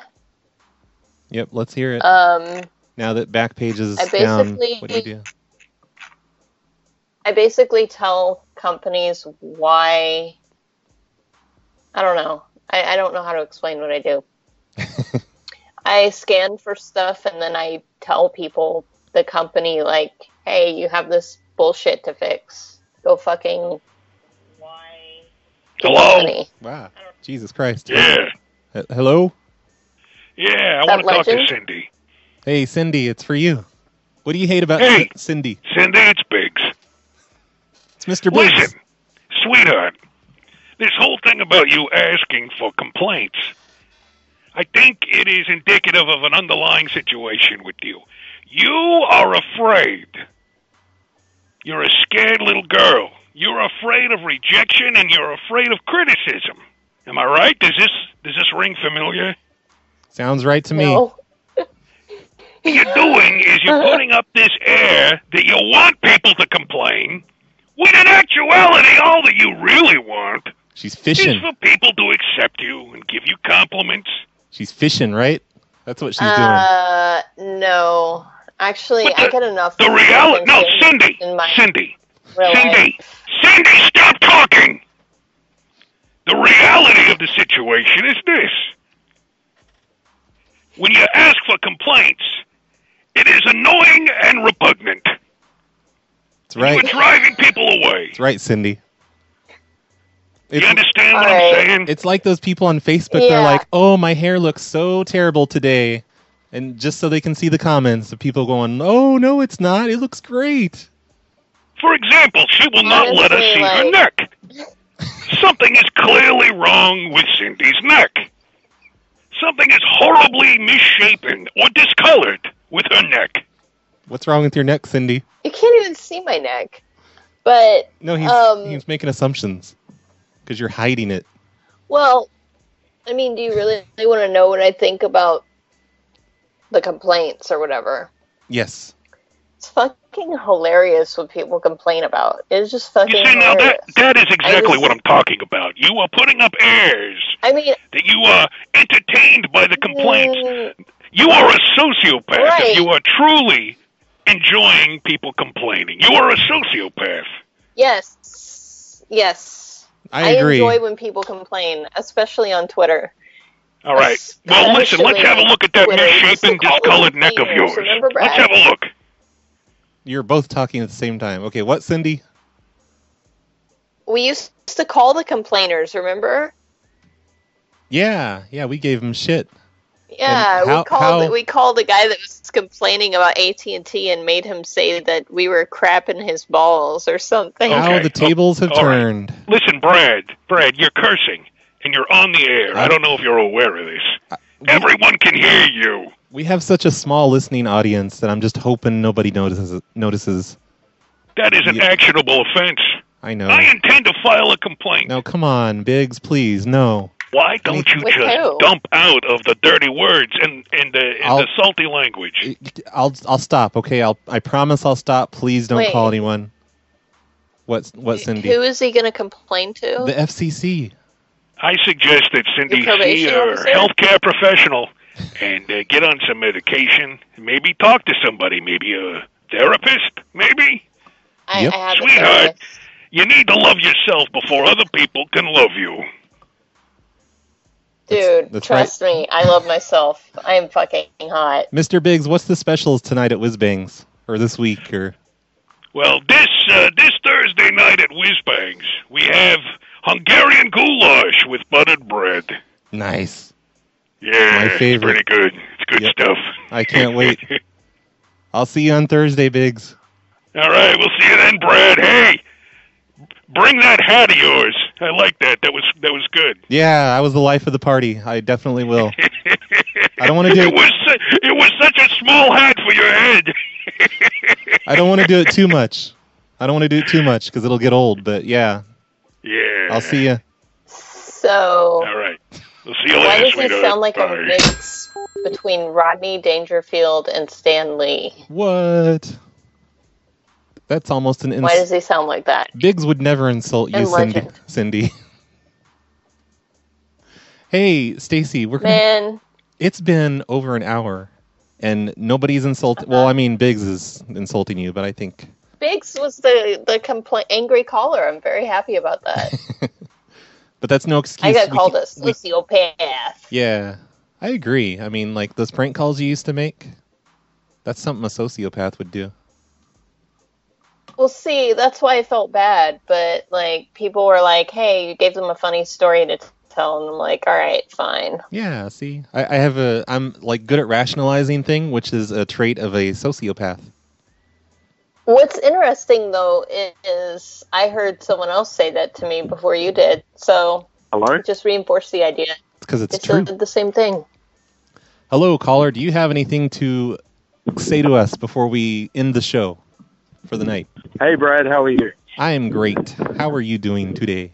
S3: Yep, let's hear it.
S4: Um,
S3: now that Backpage is
S4: I
S3: down,
S4: basically-
S3: what do you do?
S4: I basically tell companies why. I don't know. I, I don't know how to explain what I do. I scan for stuff and then I tell people, the company, like, hey, you have this bullshit to fix. Go fucking. Hello?
S3: Wow. Jesus Christ. Yeah. hello.
S17: Yeah, I
S4: Is that
S17: want to talk to
S4: legend?
S17: Cindy.
S3: Hey, Cindy, it's for you. What do you hate about
S17: Hey.
S3: C- Cindy?
S17: Cindy, it's Biggs.
S3: It's Mr. Biggs.
S17: Listen, sweetheart, this whole thing about you asking for complaints, I think it is indicative of an underlying situation with you. You are afraid. You're a scared little girl. You're afraid of rejection and you're afraid of criticism. Am I right? Does this does this ring familiar?
S3: Sounds right to me.
S17: What you're doing is you're putting up this air that you want people to complain, when in actuality, all that you really want
S3: She's
S17: is
S3: fishing.
S17: for people to accept you and give you compliments.
S3: She's fishing, right? That's what she's
S4: Uh, no. Actually, I get enough. The
S17: reality- no,
S4: Cindy! In my
S17: Cindy!
S4: real life.
S17: Cindy! Cindy, stop talking! The reality of the situation is this. When you ask for complaints, it is annoying and repugnant.
S3: That's right.
S17: You're driving people away.
S3: That's right, Cindy. It's,
S17: You understand what I'm saying?
S3: It's like those people on Facebook. They're
S17: Yeah.
S3: like, "Oh, my hair looks so terrible today," and just so they can see the comments of people going, "Oh no, it's not. It looks great."
S17: For example, she will not let us
S12: Honestly,
S17: see her
S12: like-
S17: neck. Something is clearly wrong with Cindy's neck. Something is horribly misshapen or discolored with her neck.
S3: What's wrong with your neck, Cindy?
S4: You can't even see my neck. But
S3: No, he's
S4: um,
S3: he's making assumptions because you're hiding it.
S4: well, I mean, do you really, really want to know what I think about the complaints or whatever?
S3: Yes.
S4: It's fucking hilarious what people complain about. It's just fucking.
S17: See, now
S4: hilarious.
S17: that, that is exactly what I'm talking about. You are putting up airs
S4: I mean,
S17: that you are entertained by the complaints.
S4: mm,
S17: You are a sociopath
S4: Right.
S17: if you are truly enjoying people complaining. You are a sociopath.
S4: yes, yes.
S17: I agree.
S4: enjoy when people complain, especially on Twitter.
S17: All right. Well, listen, let's
S4: Especially
S17: have a look at that
S4: Twitter.
S17: misshapen,
S4: Used to call
S17: discolored
S4: them
S17: neck of
S4: females,
S17: yours.
S4: remember,
S17: Let's
S4: Brad?
S17: have a look.
S3: You're both talking at the same time. Okay, what, Cindy?
S4: We used to call the complainers, remember?
S3: Yeah, yeah, we gave him shit.
S4: Yeah,
S3: And how-
S4: we called
S3: how-
S4: we called the guy that was complaining about AT and T and made him say that we were crapping his balls or something.
S3: How the tables have
S17: all right.
S3: turned.
S17: Listen, Brad, Brad, you're cursing, and you're on the air. I don't know if you're aware of this. Everyone can hear you.
S3: We have such a small listening audience that I'm just hoping nobody notices. Notices.
S17: That is an actionable offense.
S3: I know.
S17: I intend to file a complaint.
S3: No, come on, Biggs, please, no.
S17: Why don't you
S3: With
S17: just
S3: who?
S17: dump out of the dirty words and, and, the, and the salty language?
S3: I'll I'll stop. Okay, I'll I promise I'll stop. Please don't
S4: Wait.
S3: call anyone. What what Cindy?
S4: Who is he going to complain to?
S3: The FCC.
S17: I suggest that Cindy
S4: Your probation
S17: see a
S4: officer?
S17: healthcare professional and uh, get on some medication. Maybe talk to somebody, maybe a therapist, maybe.
S4: I, I have a
S17: Sweetheart,
S4: theory.
S17: you need to love yourself before other people can love you.
S4: dude.
S3: that's
S4: trust me, I love myself. I am fucking hot.
S3: Mr. Biggs, what's the specials tonight at Whiz Bangs or this week or
S17: Well, this uh, this Thursday night at Whiz Bangs, we have Hungarian goulash with buttered bread.
S3: nice?
S17: Yeah,
S3: My favorite.
S17: it's pretty good. It's good stuff.
S3: I can't wait. I'll see you on Thursday, Biggs.
S17: All right, we'll see you then, Brad. Hey, bring that hat of yours. I like that. That was that was good.
S3: Yeah, I was the life of the party. I definitely will. I don't want to do
S17: It was su- it was such a small hat for your head.
S3: I don't want to do it too much. I don't want to do it too much because it'll get old. But yeah,
S17: Yeah.
S3: I'll see you.
S4: So
S17: All right. We'll see you
S4: why
S17: later,
S4: does he
S17: sweetheart.
S4: sound like
S17: Bye.
S4: a mix between Rodney Dangerfield and Stan Lee?
S3: What? That's almost an
S4: Why does
S3: insult.
S4: he sound like that?
S3: Biggs would never insult you,
S4: And
S3: Cindy.
S4: legend.
S3: Cindy. hey, Stacy, we're gonna-
S4: Man,
S3: It's been over an hour, and nobody's insulted.
S4: Uh-huh.
S3: Well, I mean, Biggs is insulting you, but I think
S4: Biggs was the the compla- angry caller. I'm very happy about that.
S3: But that's no excuse.
S4: I got
S3: We
S4: called
S3: can-
S4: a sociopath.
S3: Yeah, I agree. I mean, like those prank calls you used to make. That's something a sociopath would do.
S4: Well, see, that's why I felt bad. But like, people were like, "Hey, you gave them a funny story to t- tell," and I'm like, "All right, fine."
S3: Yeah. See, I, I have a. I'm like good at rationalizing thing, which is a trait of a sociopath.
S4: What's interesting though is I heard someone else say that to me before you did, so
S3: Hello.
S4: it just reinforced the idea.
S3: Because it's
S4: They
S3: true.
S4: still did the same thing.
S3: Hello, caller. Do you have anything to say to us before we end the show for the night?
S10: Hey, Brad, how are you?
S3: I am great. How are you doing today?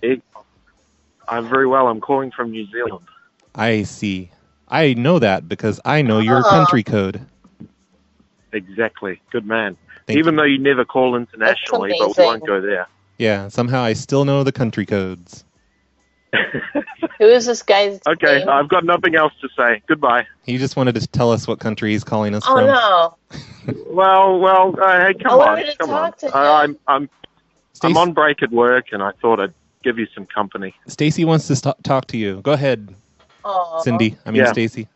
S10: I'm very well. I'm calling from New Zealand.
S3: I see. I know that because I know your
S10: Aw.
S3: country code.
S10: Exactly. Good man.
S3: Thank
S10: Even though you never call internationally, but we
S4: amazing.
S10: won't go there.
S3: Yeah, somehow I still know the country codes.
S4: Who is this guy's?
S10: Okay,
S4: name?
S10: I've got nothing else to say. Goodbye.
S3: He just wanted to tell us what country he's calling us
S4: Oh
S3: from.
S4: no!
S10: Well, well, uh, hey, come
S4: I
S10: on,
S4: wanted to
S10: come
S4: talk
S10: on.
S4: to
S10: I, I'm, I'm, I'm on break at work, and I thought I'd give you some company.
S3: Stacy wants to st- talk to you. Go ahead,
S4: Aw.
S3: Cindy. I mean,
S10: Yeah.
S3: Stacy.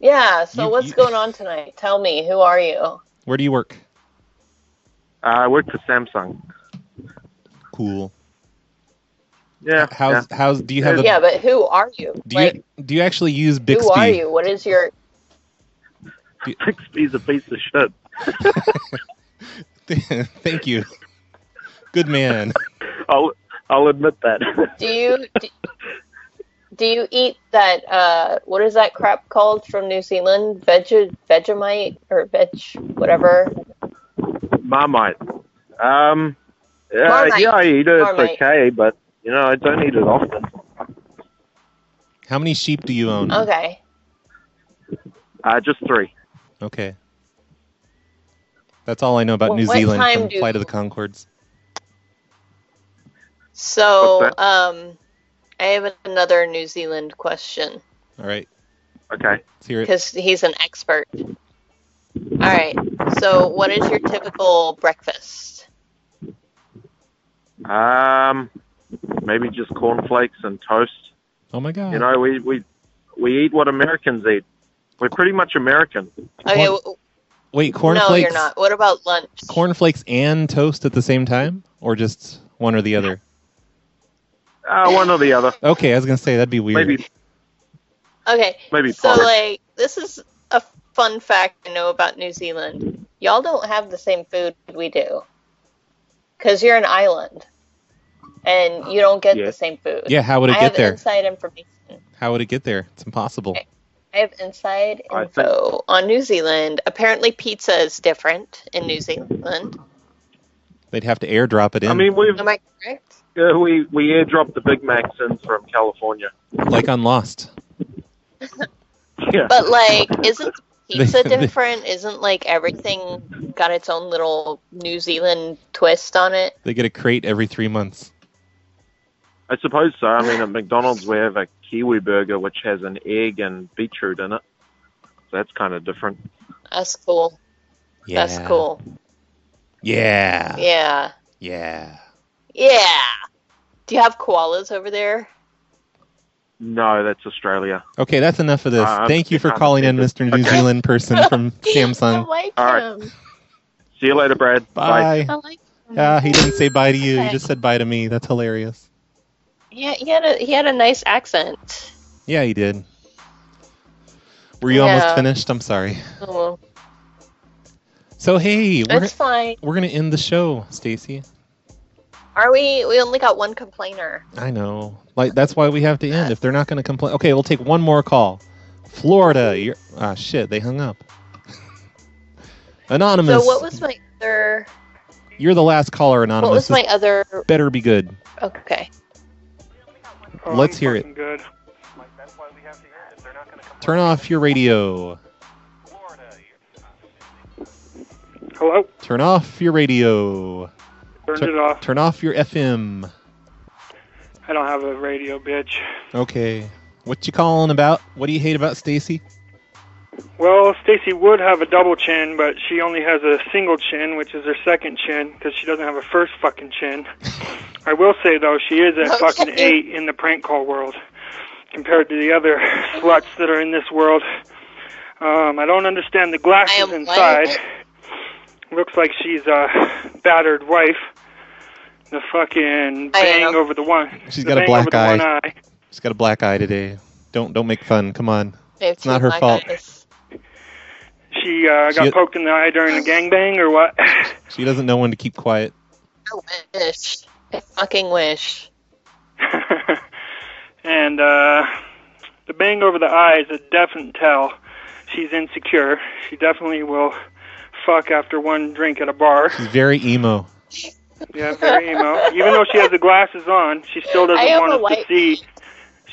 S4: Yeah. So
S3: You-
S4: what's
S3: you-
S4: going on tonight? Tell me. Who are you?
S3: Where do you work?
S10: Uh, I work for Samsung.
S3: Cool.
S10: Yeah.
S3: How's how's do you have a
S4: yeah, but who are you?
S3: do you do you actually use Bixby?
S4: Who are you? What is your?
S14: Bixby's a piece of shit.
S3: Thank you. Good man.
S14: I'll I'll admit that.
S4: Do you do, do you eat that? Uh, what is that crap called from New Zealand? Veg Vegemite or veg whatever?
S9: Marmite. Um,
S10: uh,
S9: yeah,
S4: Marmite.
S9: yeah, I eat it.
S4: Marmite.
S9: It's okay, but you know, I don't eat it often.
S3: How many sheep do you own?
S4: Okay.
S9: Uh, just three.
S3: Okay. That's all I know about
S4: Well,
S3: New
S4: what
S3: Zealand
S4: time
S3: from
S4: do-
S3: Flight of the Concords.
S4: So,
S3: What's
S4: um, I have another New Zealand question
S3: All right.
S9: Okay.
S3: Let's hear it.
S4: because he's an expert. All right. So, what is your typical breakfast?
S9: Um, maybe just cornflakes and toast.
S3: Oh my god.
S9: You know, we we we eat what Americans eat. We're pretty much American.
S4: Okay. w-
S3: Wait,
S4: no,
S3: cornflakes
S4: you're not. What about lunch?
S3: cornflakes and toast at the same time? Or just one or the other?
S9: Uh, one or the other.
S3: Okay, I was gonna say that'd be weird.
S9: Maybe
S4: Okay.
S9: maybe
S4: So,
S9: porridge.
S4: like, this is a fun fact I know about New Zealand. Y'all don't have the same food we do because you're an island and you don't get
S3: Yeah.
S4: the same food.
S3: Yeah, how would
S4: I
S3: it get
S4: have
S3: there?
S4: Inside information.
S3: How would it get there? It's impossible.
S4: I have inside info on New Zealand. Apparently, pizza is different in New Zealand.
S3: They'd have to airdrop it in.
S9: I mean, we've
S4: Am I correct?
S9: uh, we we airdropped the Big Macs in from California.
S3: like on Lost.
S4: But like, isn't
S3: They-
S4: pizza
S3: they-
S4: different? Isn't like everything got its own little New Zealand twist on it?
S3: They get a crate every three months.
S9: I suppose so. I mean, at McDonald's we have a kiwi burger which has an egg and beetroot in it. So that's kind of different.
S4: That's cool.
S3: Yeah.
S4: That's cool.
S3: Yeah.
S4: Yeah.
S3: Yeah.
S4: Yeah. Do you have koalas over there?
S9: No, that's Australia.
S3: Okay, that's enough of this.
S9: Uh,
S3: Thank you for
S9: I'm-
S3: calling in, Mr. New Zealand person from
S4: I
S3: Samsung.
S4: like
S9: All right.
S4: them.
S9: See you later, Brad.
S3: Bye.
S4: I like.
S3: Ah, he didn't say bye to you. He
S4: Okay.
S3: just said bye to me. That's hilarious.
S4: Yeah, he had a he had a nice accent.
S3: Yeah, he did. Were you
S4: Yeah.
S3: almost finished? I'm sorry.
S4: Oh, well,
S3: So hey, we're
S4: that's fine.
S3: we're gonna end the show, Stacy.
S4: Are we? We only got one complainer.
S3: I know. Like that's why we have to end. If they're not gonna complain, okay, we'll take one more call. Florida, you're ah shit, they hung up. Anonymous,
S4: So what was my other?
S3: you're the last caller. Anonymous,
S4: What was
S3: This
S4: my other?
S3: better be good.
S4: Okay. Oh,
S3: Let's hear it.
S5: Good.
S3: Turn off your radio.
S5: Hello.
S3: Turn off your radio.
S5: Turned
S3: Tur-
S5: it off.
S3: Turn off your FM.
S5: I don't have a radio, bitch.
S3: Okay. What you calling about? What do you hate about Stacy?
S5: Well, Stacy would have a double chin, but she only has a single chin, which is her second chin, because she doesn't have a first fucking chin. I will say though, she is at fucking eight in the prank call world, compared to the other sluts that are in this world. Um, I don't understand the glasses inside. Looks like she's a battered wife. The fucking bang over the one.
S3: She's
S5: the
S3: got a
S5: bang
S3: black
S5: over the
S3: eye.
S5: one eye.
S3: She's got a black eye today. Don't don't make fun. Come on. It's not her fault.
S5: She uh, got
S3: She-
S5: poked in the eye during the gangbang or what?
S3: She doesn't know when to keep quiet.
S4: I wish. I fucking wish.
S5: and uh, the bang over the eye is a definite tell. She's insecure. She definitely will fuck after one drink at a bar.
S3: She's very emo.
S5: Yeah, very emo. Even though she has the glasses on, she still
S4: I
S5: doesn't
S4: am
S5: want
S4: a
S5: us
S4: white-
S5: to see.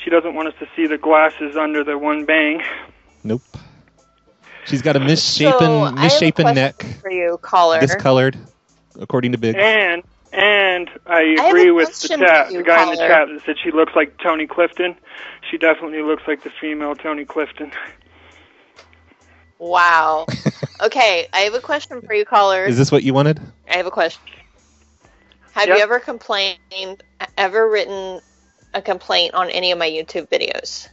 S5: She doesn't want us to see the glasses under the one bang.
S3: Nope. She's got a misshapen
S5: So, I have a
S3: misshapen
S5: question
S3: neck,
S4: For you, caller.
S3: discolored, according to Big.
S5: And and I
S4: have
S5: agree
S4: a
S5: with the
S4: question for
S5: chat.
S4: you,
S5: The guy in the
S4: caller.
S5: chat that said she looks like Tony Clifton. She definitely looks like the female Tony Clifton.
S4: Wow. okay, I have a question for you, caller.
S3: Is this what you wanted?
S4: I have a question. Have you ever complained? Ever written a complaint on any of my YouTube videos?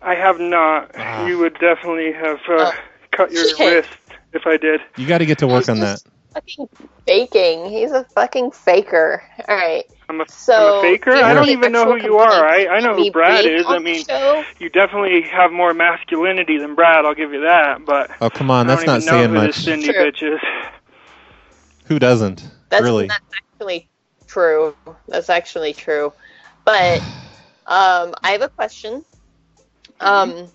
S5: I have not. You would definitely have uh, cut your
S4: Shit.
S5: wrist if I did.
S3: You got to get to work on that.
S4: fucking faking. He's a fucking faker. All right.
S5: I'm a,
S4: so
S5: I'm a faker?
S4: here's
S5: I don't
S4: the
S5: even know
S4: actual
S5: who you are. I,
S4: complaint.
S5: I know
S4: Be
S5: who Brad
S4: big
S5: is. I
S4: on the
S5: mean,
S4: show.
S5: you definitely have more masculinity than Brad, I'll give you that, but
S3: Oh, come on, that's
S5: I don't
S3: not
S5: even
S3: saying
S5: know who
S3: much.
S5: this Cindy bitch is.
S3: Who doesn't?
S4: That's
S3: really?
S4: that's actually true. That's actually true. But um, I have a question.
S3: Mm-hmm.
S4: Um,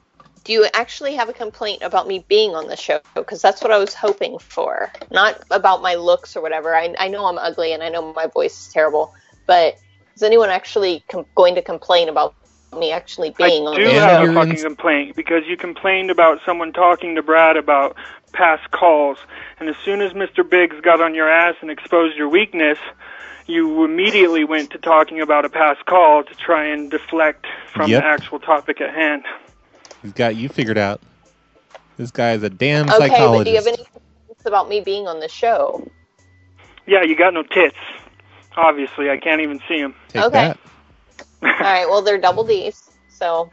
S4: do you actually have a complaint about me being on the show? Because that's what I was hoping for, not about my looks or whatever. I, I know I'm ugly and I know my voice is terrible, but is anyone actually com- going to complain about me actually being on
S5: do
S4: the show?
S5: have a fucking complaint because you complained about someone talking to Brad about past calls, and as soon as Mr. Biggs got on your ass and exposed your weakness, you immediately went to talking about a past call to try and deflect from
S3: Yep.
S5: the actual topic at hand.
S3: He's got you figured out. This guy is a damn
S4: okay, but do you
S3: psychologist.
S4: have any complaints about me being on the show?
S5: Yeah, you got no tits. Obviously, I can't even see him.
S3: Take
S4: okay.
S3: that.
S4: All right. Well, they're double D's, so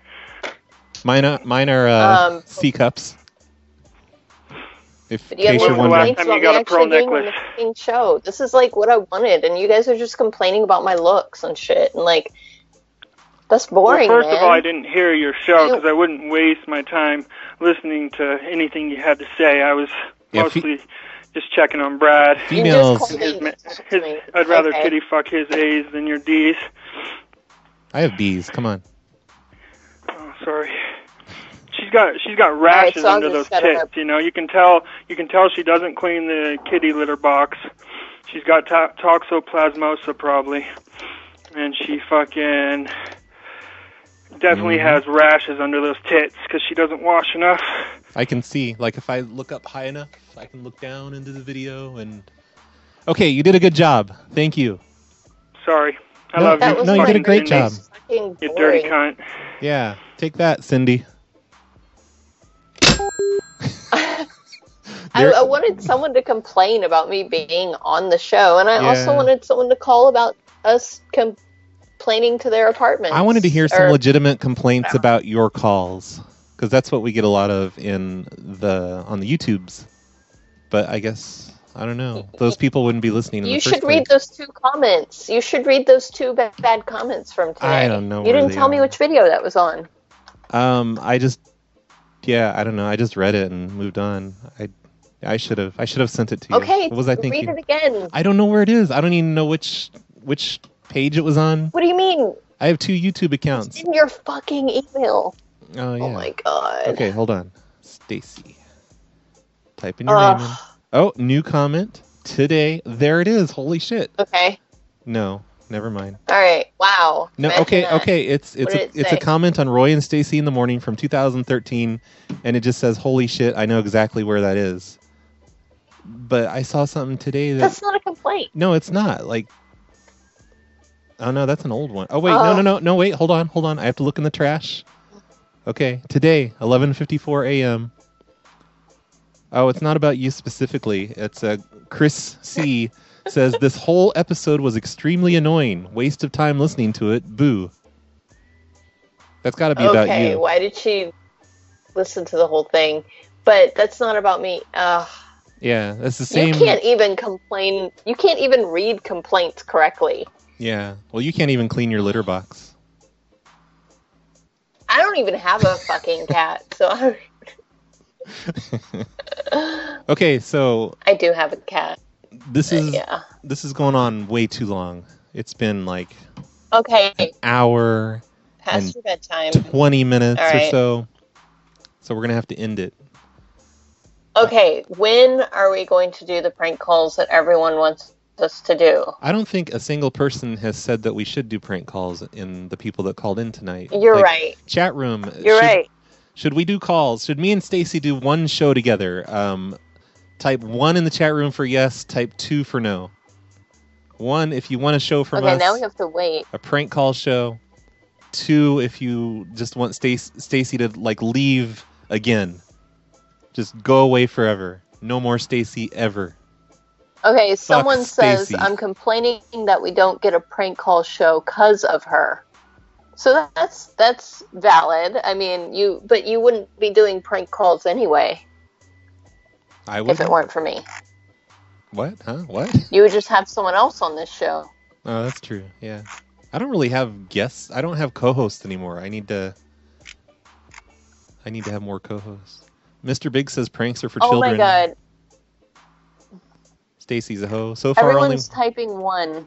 S3: Mine are, mine are uh,
S4: Um,
S3: C cups. If in
S4: But you have
S3: case
S4: no
S3: you're wondering,
S4: complaints about me actually being on the fucking show. This is like what I wanted, and you guys are just complaining about my looks and shit, and like that's boring,
S5: Well, first
S4: man.
S5: of all, I didn't hear your show because I wouldn't waste my time listening to anything you had to say. I was
S3: Yeah, fe-
S5: mostly just checking on Brad.
S3: Females- You
S5: His, his, I'd rather
S4: Okay.
S5: kitty fuck his A's than your D's.
S3: I have B's. Come on.
S5: Oh, sorry. She's got she's got
S4: right,
S5: rashes
S4: so I'll
S5: under those
S4: just shut it
S5: tits. You know, you can tell you can tell she doesn't clean the kitty litter box. She's got to- toxoplasmosis probably, and she fucking definitely
S3: Mhm.
S5: has rashes under those tits because she doesn't wash enough.
S3: I can see. Like if I look up high enough, I can look down into the video and. Okay, you did a good job. Thank you.
S5: Sorry, I
S3: No,
S5: love
S3: that
S5: you.
S3: was No, you did a
S5: fucking
S3: great
S5: Cindy.
S3: job.
S4: Fucking
S5: You dirty
S4: boring.
S5: cunt.
S3: Yeah, take that, Cindy.
S4: I,
S3: There-
S4: I wanted someone to complain about me being on the show, and I also
S3: Yeah.
S4: wanted someone to call about us complaining to their apartment.
S3: I wanted to hear some
S4: or-
S3: legitimate complaints about your calls because that's what we get a lot of in the on the YouTubes. But I guess I don't know. Those people wouldn't be listening. In
S4: You
S3: the first
S4: should read those two comments. You should read those two ba- bad comments from today.
S3: I don't know
S4: You
S3: where
S4: didn't
S3: they
S4: tell me
S3: are.
S4: which video that was on.
S3: place. Um, I just yeah, I don't know. I just read it and moved on. I I should have I should have sent it to you.
S4: Okay,
S3: what was I thinking?
S4: read it again.
S3: I don't know where it is. I don't even know which which page it was on.
S4: What do you mean?
S3: I have two YouTube accounts.
S4: In your fucking email.
S3: Oh yeah.
S4: my god.
S3: Okay, hold on. Stacy. Type in your
S4: Ugh.
S3: name. In. Oh, new comment today. There it is. Holy shit.
S4: Okay.
S3: No, never mind.
S4: All right. Wow.
S3: No,
S4: Imagine
S3: okay,
S4: that.
S3: okay. It's
S4: What
S3: it's
S4: did
S3: a,
S4: it
S3: it's
S4: say?
S3: a comment on Roy and Stacy in the morning from 2013, and it just says, "Holy shit! I know exactly where that is." But I saw something today that
S4: That's not a complaint.
S3: no, it's not. Like, oh no, that's an old one. Oh wait, no, no, no, no. Wait, hold on, hold on. I have to look in the trash. Okay, today, 11:54 a.m. Oh, it's not about you specifically. It's uh, Chris C. says this whole episode was extremely annoying. Waste of time listening to it. Boo. That's got to be about
S4: Okay.
S3: you.
S4: Why did she listen to the whole thing? But that's not about me. Ugh.
S3: Yeah, that's the same.
S4: You can't e- even complain. You can't even read complaints correctly.
S3: Yeah. Well, you can't even clean your litter box.
S4: I don't even have a fucking cat, so I,
S3: Okay, so
S4: I do have a cat.
S3: this is
S4: yeah.
S3: this is going on way too long. It's been like
S4: Okay.
S3: hour
S4: Past
S3: and
S4: your bedtime.
S3: 20 minutes
S4: All
S3: or
S4: right.
S3: so. So we're going to have to end it.
S4: Okay, when are we going to do the prank calls that everyone wants us to do?
S3: I don't think a single person has said that we should do prank calls in the people that called in tonight.
S4: You're
S3: Like,
S4: right.
S3: Chat room.
S4: You're
S3: should,
S4: right.
S3: Should we do calls? Should me and Stacy do one show together? Um, type one in the chat room for yes. Type two for no. One if you want a show from
S4: okay,
S3: us.
S4: now we have to wait.
S3: a prank call show. Two, if you just want Stac- Stacy to like leave again, just go away forever. No more Stacy ever.
S4: Okay, someone says
S3: Stacy.
S4: I'm complaining that we don't get a prank call show cuz of her. So that- that's that's valid. I mean, you but you wouldn't be doing prank calls anyway
S3: I would.
S4: if it weren't for me.
S3: What? Huh? What?
S4: You would just have someone else on this show.
S3: Oh, that's true. Yeah. I don't really have guests. I don't have co-hosts anymore. I need to. I need to have more co-hosts. Mr. Big says pranks are for
S4: oh
S3: children.
S4: my god.
S3: Stacy's a hoe. So far, only
S4: Everyone's typing one.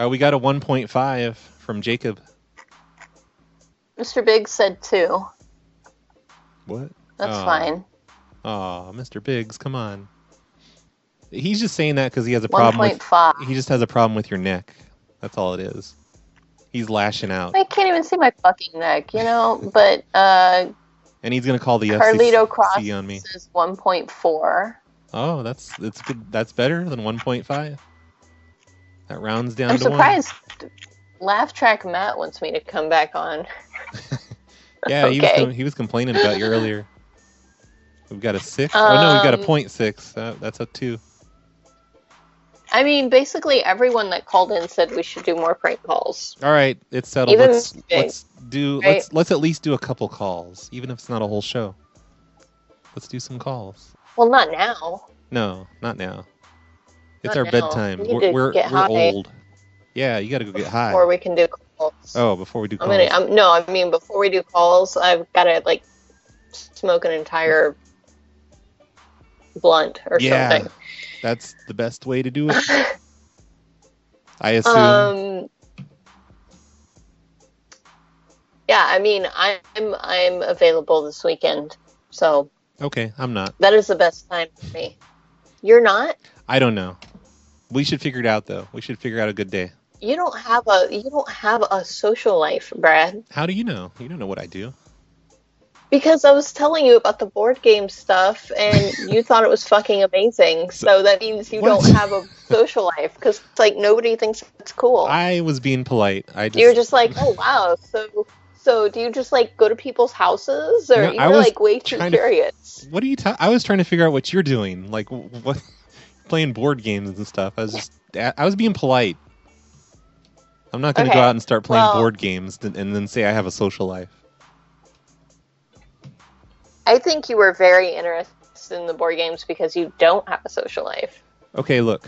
S3: uh, we got a 1.5 from Jacob.
S4: Mr. Big said two.
S3: What?
S4: That's
S3: Aw.
S4: fine.
S3: Aw, Mr. Biggs, come on. He's just saying that because he has a
S4: One
S3: problem. with-
S4: point five.
S3: he just has a problem with your neck. That's all it is. He's lashing out,
S4: I can't even see my fucking neck, you know. But uh,
S3: and he's gonna call the
S4: Carlito Cross
S3: FCC on me.
S4: is one point four.
S3: Oh, that's that's good. That's better than 1.5. That rounds down
S4: I'm
S3: to
S4: surprised. Laugh track Matt wants me to come back on.
S3: one. Yeah, he was
S4: Okay.
S3: com- he was complaining about you earlier. We've got a six. oh no, we've got a
S4: Um,
S3: point six. Uh, that's a two.
S4: I mean, basically everyone that called in said we should do more prank calls.
S3: All right, it's settled.
S4: Even
S3: Let's
S4: Mr. Big,
S3: let's do
S4: right?
S3: let's let's at least do a couple calls, even if it's not a whole show. Let's do some calls.
S4: Well, not now.
S3: No, not now. It's
S4: Not
S3: our
S4: now.
S3: bedtime.
S4: We need
S3: We're
S4: to
S3: we're,
S4: get
S3: we're
S4: high.
S3: old. Yeah, you got to go get high.
S4: Or we can do calls.
S3: Oh, before we do
S4: I'm
S3: calls.
S4: gonna. I'm, no, I mean before we do calls, I've got to like smoke an entire blunt or
S3: yeah,
S4: something.
S3: that's the best way to do it. I assume.
S4: Um, yeah, I mean, I'm I'm available this weekend, so
S3: okay, I'm not.
S4: that is the best time for me. You're not.
S3: I don't know. We should figure it out though. We should figure out a good day.
S4: You don't have a you don't have a social life, Brad.
S3: How do you know? You don't know what I do.
S4: Because I was telling you about the board game stuff, and you thought it was fucking amazing. So that means you
S3: What?
S4: don't have a social life, because like nobody thinks it's cool.
S3: I was being polite. I just,
S4: You're just like, oh wow. So, so do you just like go to people's houses, or
S3: No, I
S4: you're
S3: was
S4: like way too
S3: trying to-
S4: curious?
S3: What are you? Ta- I was trying to figure out what you're doing, like wh- what, playing board games and stuff. I was just, I was being polite. I'm not going to
S4: Okay,
S3: go out and start playing
S4: well-
S3: board games th- and then say I have a social life.
S4: I think you were very interested in the board games because you don't have a social life.
S3: Okay, look,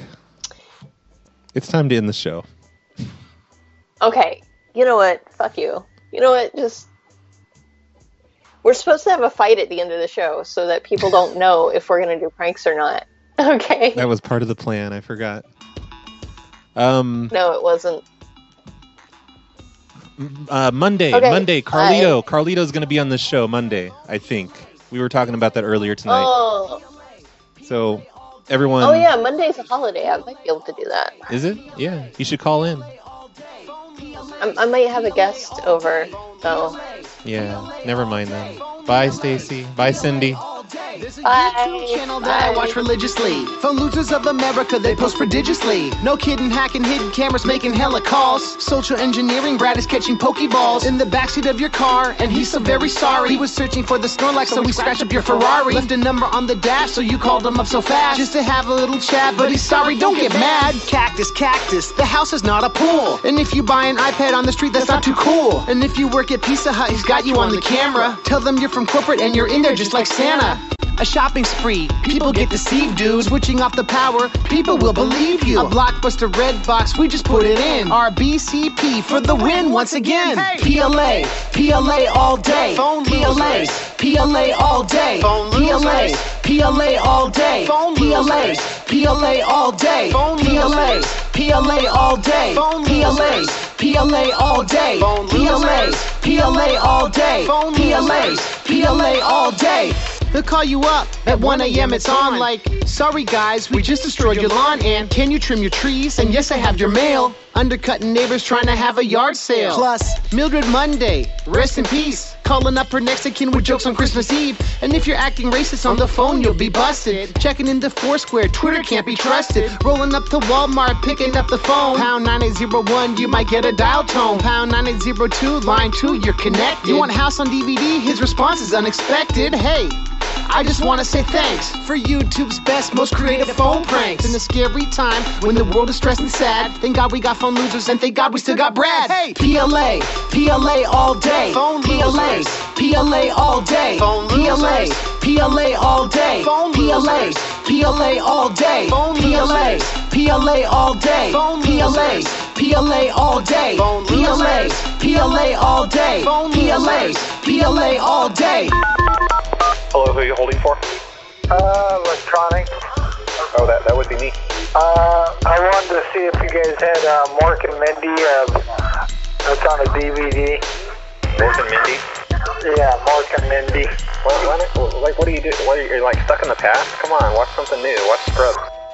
S3: it's time to end the show.
S4: Okay, you know what? Fuck you. You know what? Just we're supposed to have a fight at the end of the show so that people don't know if we're gonna do pranks or not. Okay.
S3: That was part of the plan. I forgot. Um,
S4: No, it wasn't.
S3: uh, Monday,
S4: Okay,
S3: Monday,
S4: bye.
S3: Carlito, Carlito's going to be on this show Monday. I think we were talking about that earlier tonight.
S4: Oh.
S3: So everyone,
S4: Oh yeah, Monday's a holiday. I might be able to do that.
S3: is it? Yeah, you should call in.
S4: I, I might have a guest over, so
S3: Yeah, never mind then. Bye, Stacy. Bye, Cindy.
S2: There's a YouTube channel that I watch religiously. From losers of America, they post prodigiously. No kidding, hacking hidden cameras, making hella calls. Social engineering, Brad is catching pokeballs in the backseat of your car, and he's so very sorry. He was searching for the Snorlax, so we scratched up your Ferrari. Left a number on the dash, so you called him up so fast just to have a little chat. But he's sorry, don't get mad. Cactus, cactus, the house is not a pool. And if you buy an iPad on the street, that's not too cool. And if you work at Pizza Hut, he's got you on the camera. Tell them you're from corporate and you're in there just like Santa. A shopping spree. People get deceived, dude. Switching off the power. People will believe you. A blockbuster red box. We just put it in. Our BCP for the win once again. PLA. PLA all day. Phone PLA. PLA all day. Phone PLA. PLA all day. Phone PLA. PLA all day. Phone PLA. PLA all day. Phone PLA. PLA all day. Phone PLA. PLA all day. Phone PLA. PLA all day. They'll call you up at 1 a.m. It's on like, sorry guys, we just destroyed your lawn and can you trim your trees? And yes, I have your mail. Undercutting neighbors trying to have a yard sale. Plus, Mildred Monday, rest in peace. Calling up her next of kin with jokes on Christmas Eve. And if you're acting racist on the phone, you'll be busted. Checking into Foursquare, Twitter can't be trusted. Rolling up to Walmart, picking up the phone. Pound 9801, you might get a dial tone. Pound 9802, line 2, you're connected. You want House on DVD? His response is unexpected. Hey. I just want to say thanks for YouTube's best, most creative phone pranks. In a scary time when the world is stressed and sad, thank God we got phone losers and thank God we still got Brad. Hey, PLA, PLA all day. Phone PLA, PLA all day. Phone PLA, PLA all day. Phone PLA,
S18: PLA all day. PLA, PLA all day. PLA, PLA all day. PLA, PLA all day. PLA, PLA all day.
S7: Hello, who are you holding for?
S3: Uh, electronic.
S7: Oh, that, that would be me.
S3: Uh, I wanted to see if you guys had uh, Mark and Mindy. Uh, that's on a DVD.
S7: Morgan Mindy.
S3: Yeah, Mark and Mindy.
S7: Well, why don't- like, what do you do? What are you, you're like stuck in the past? Come on, watch something new. Watch Scrubs.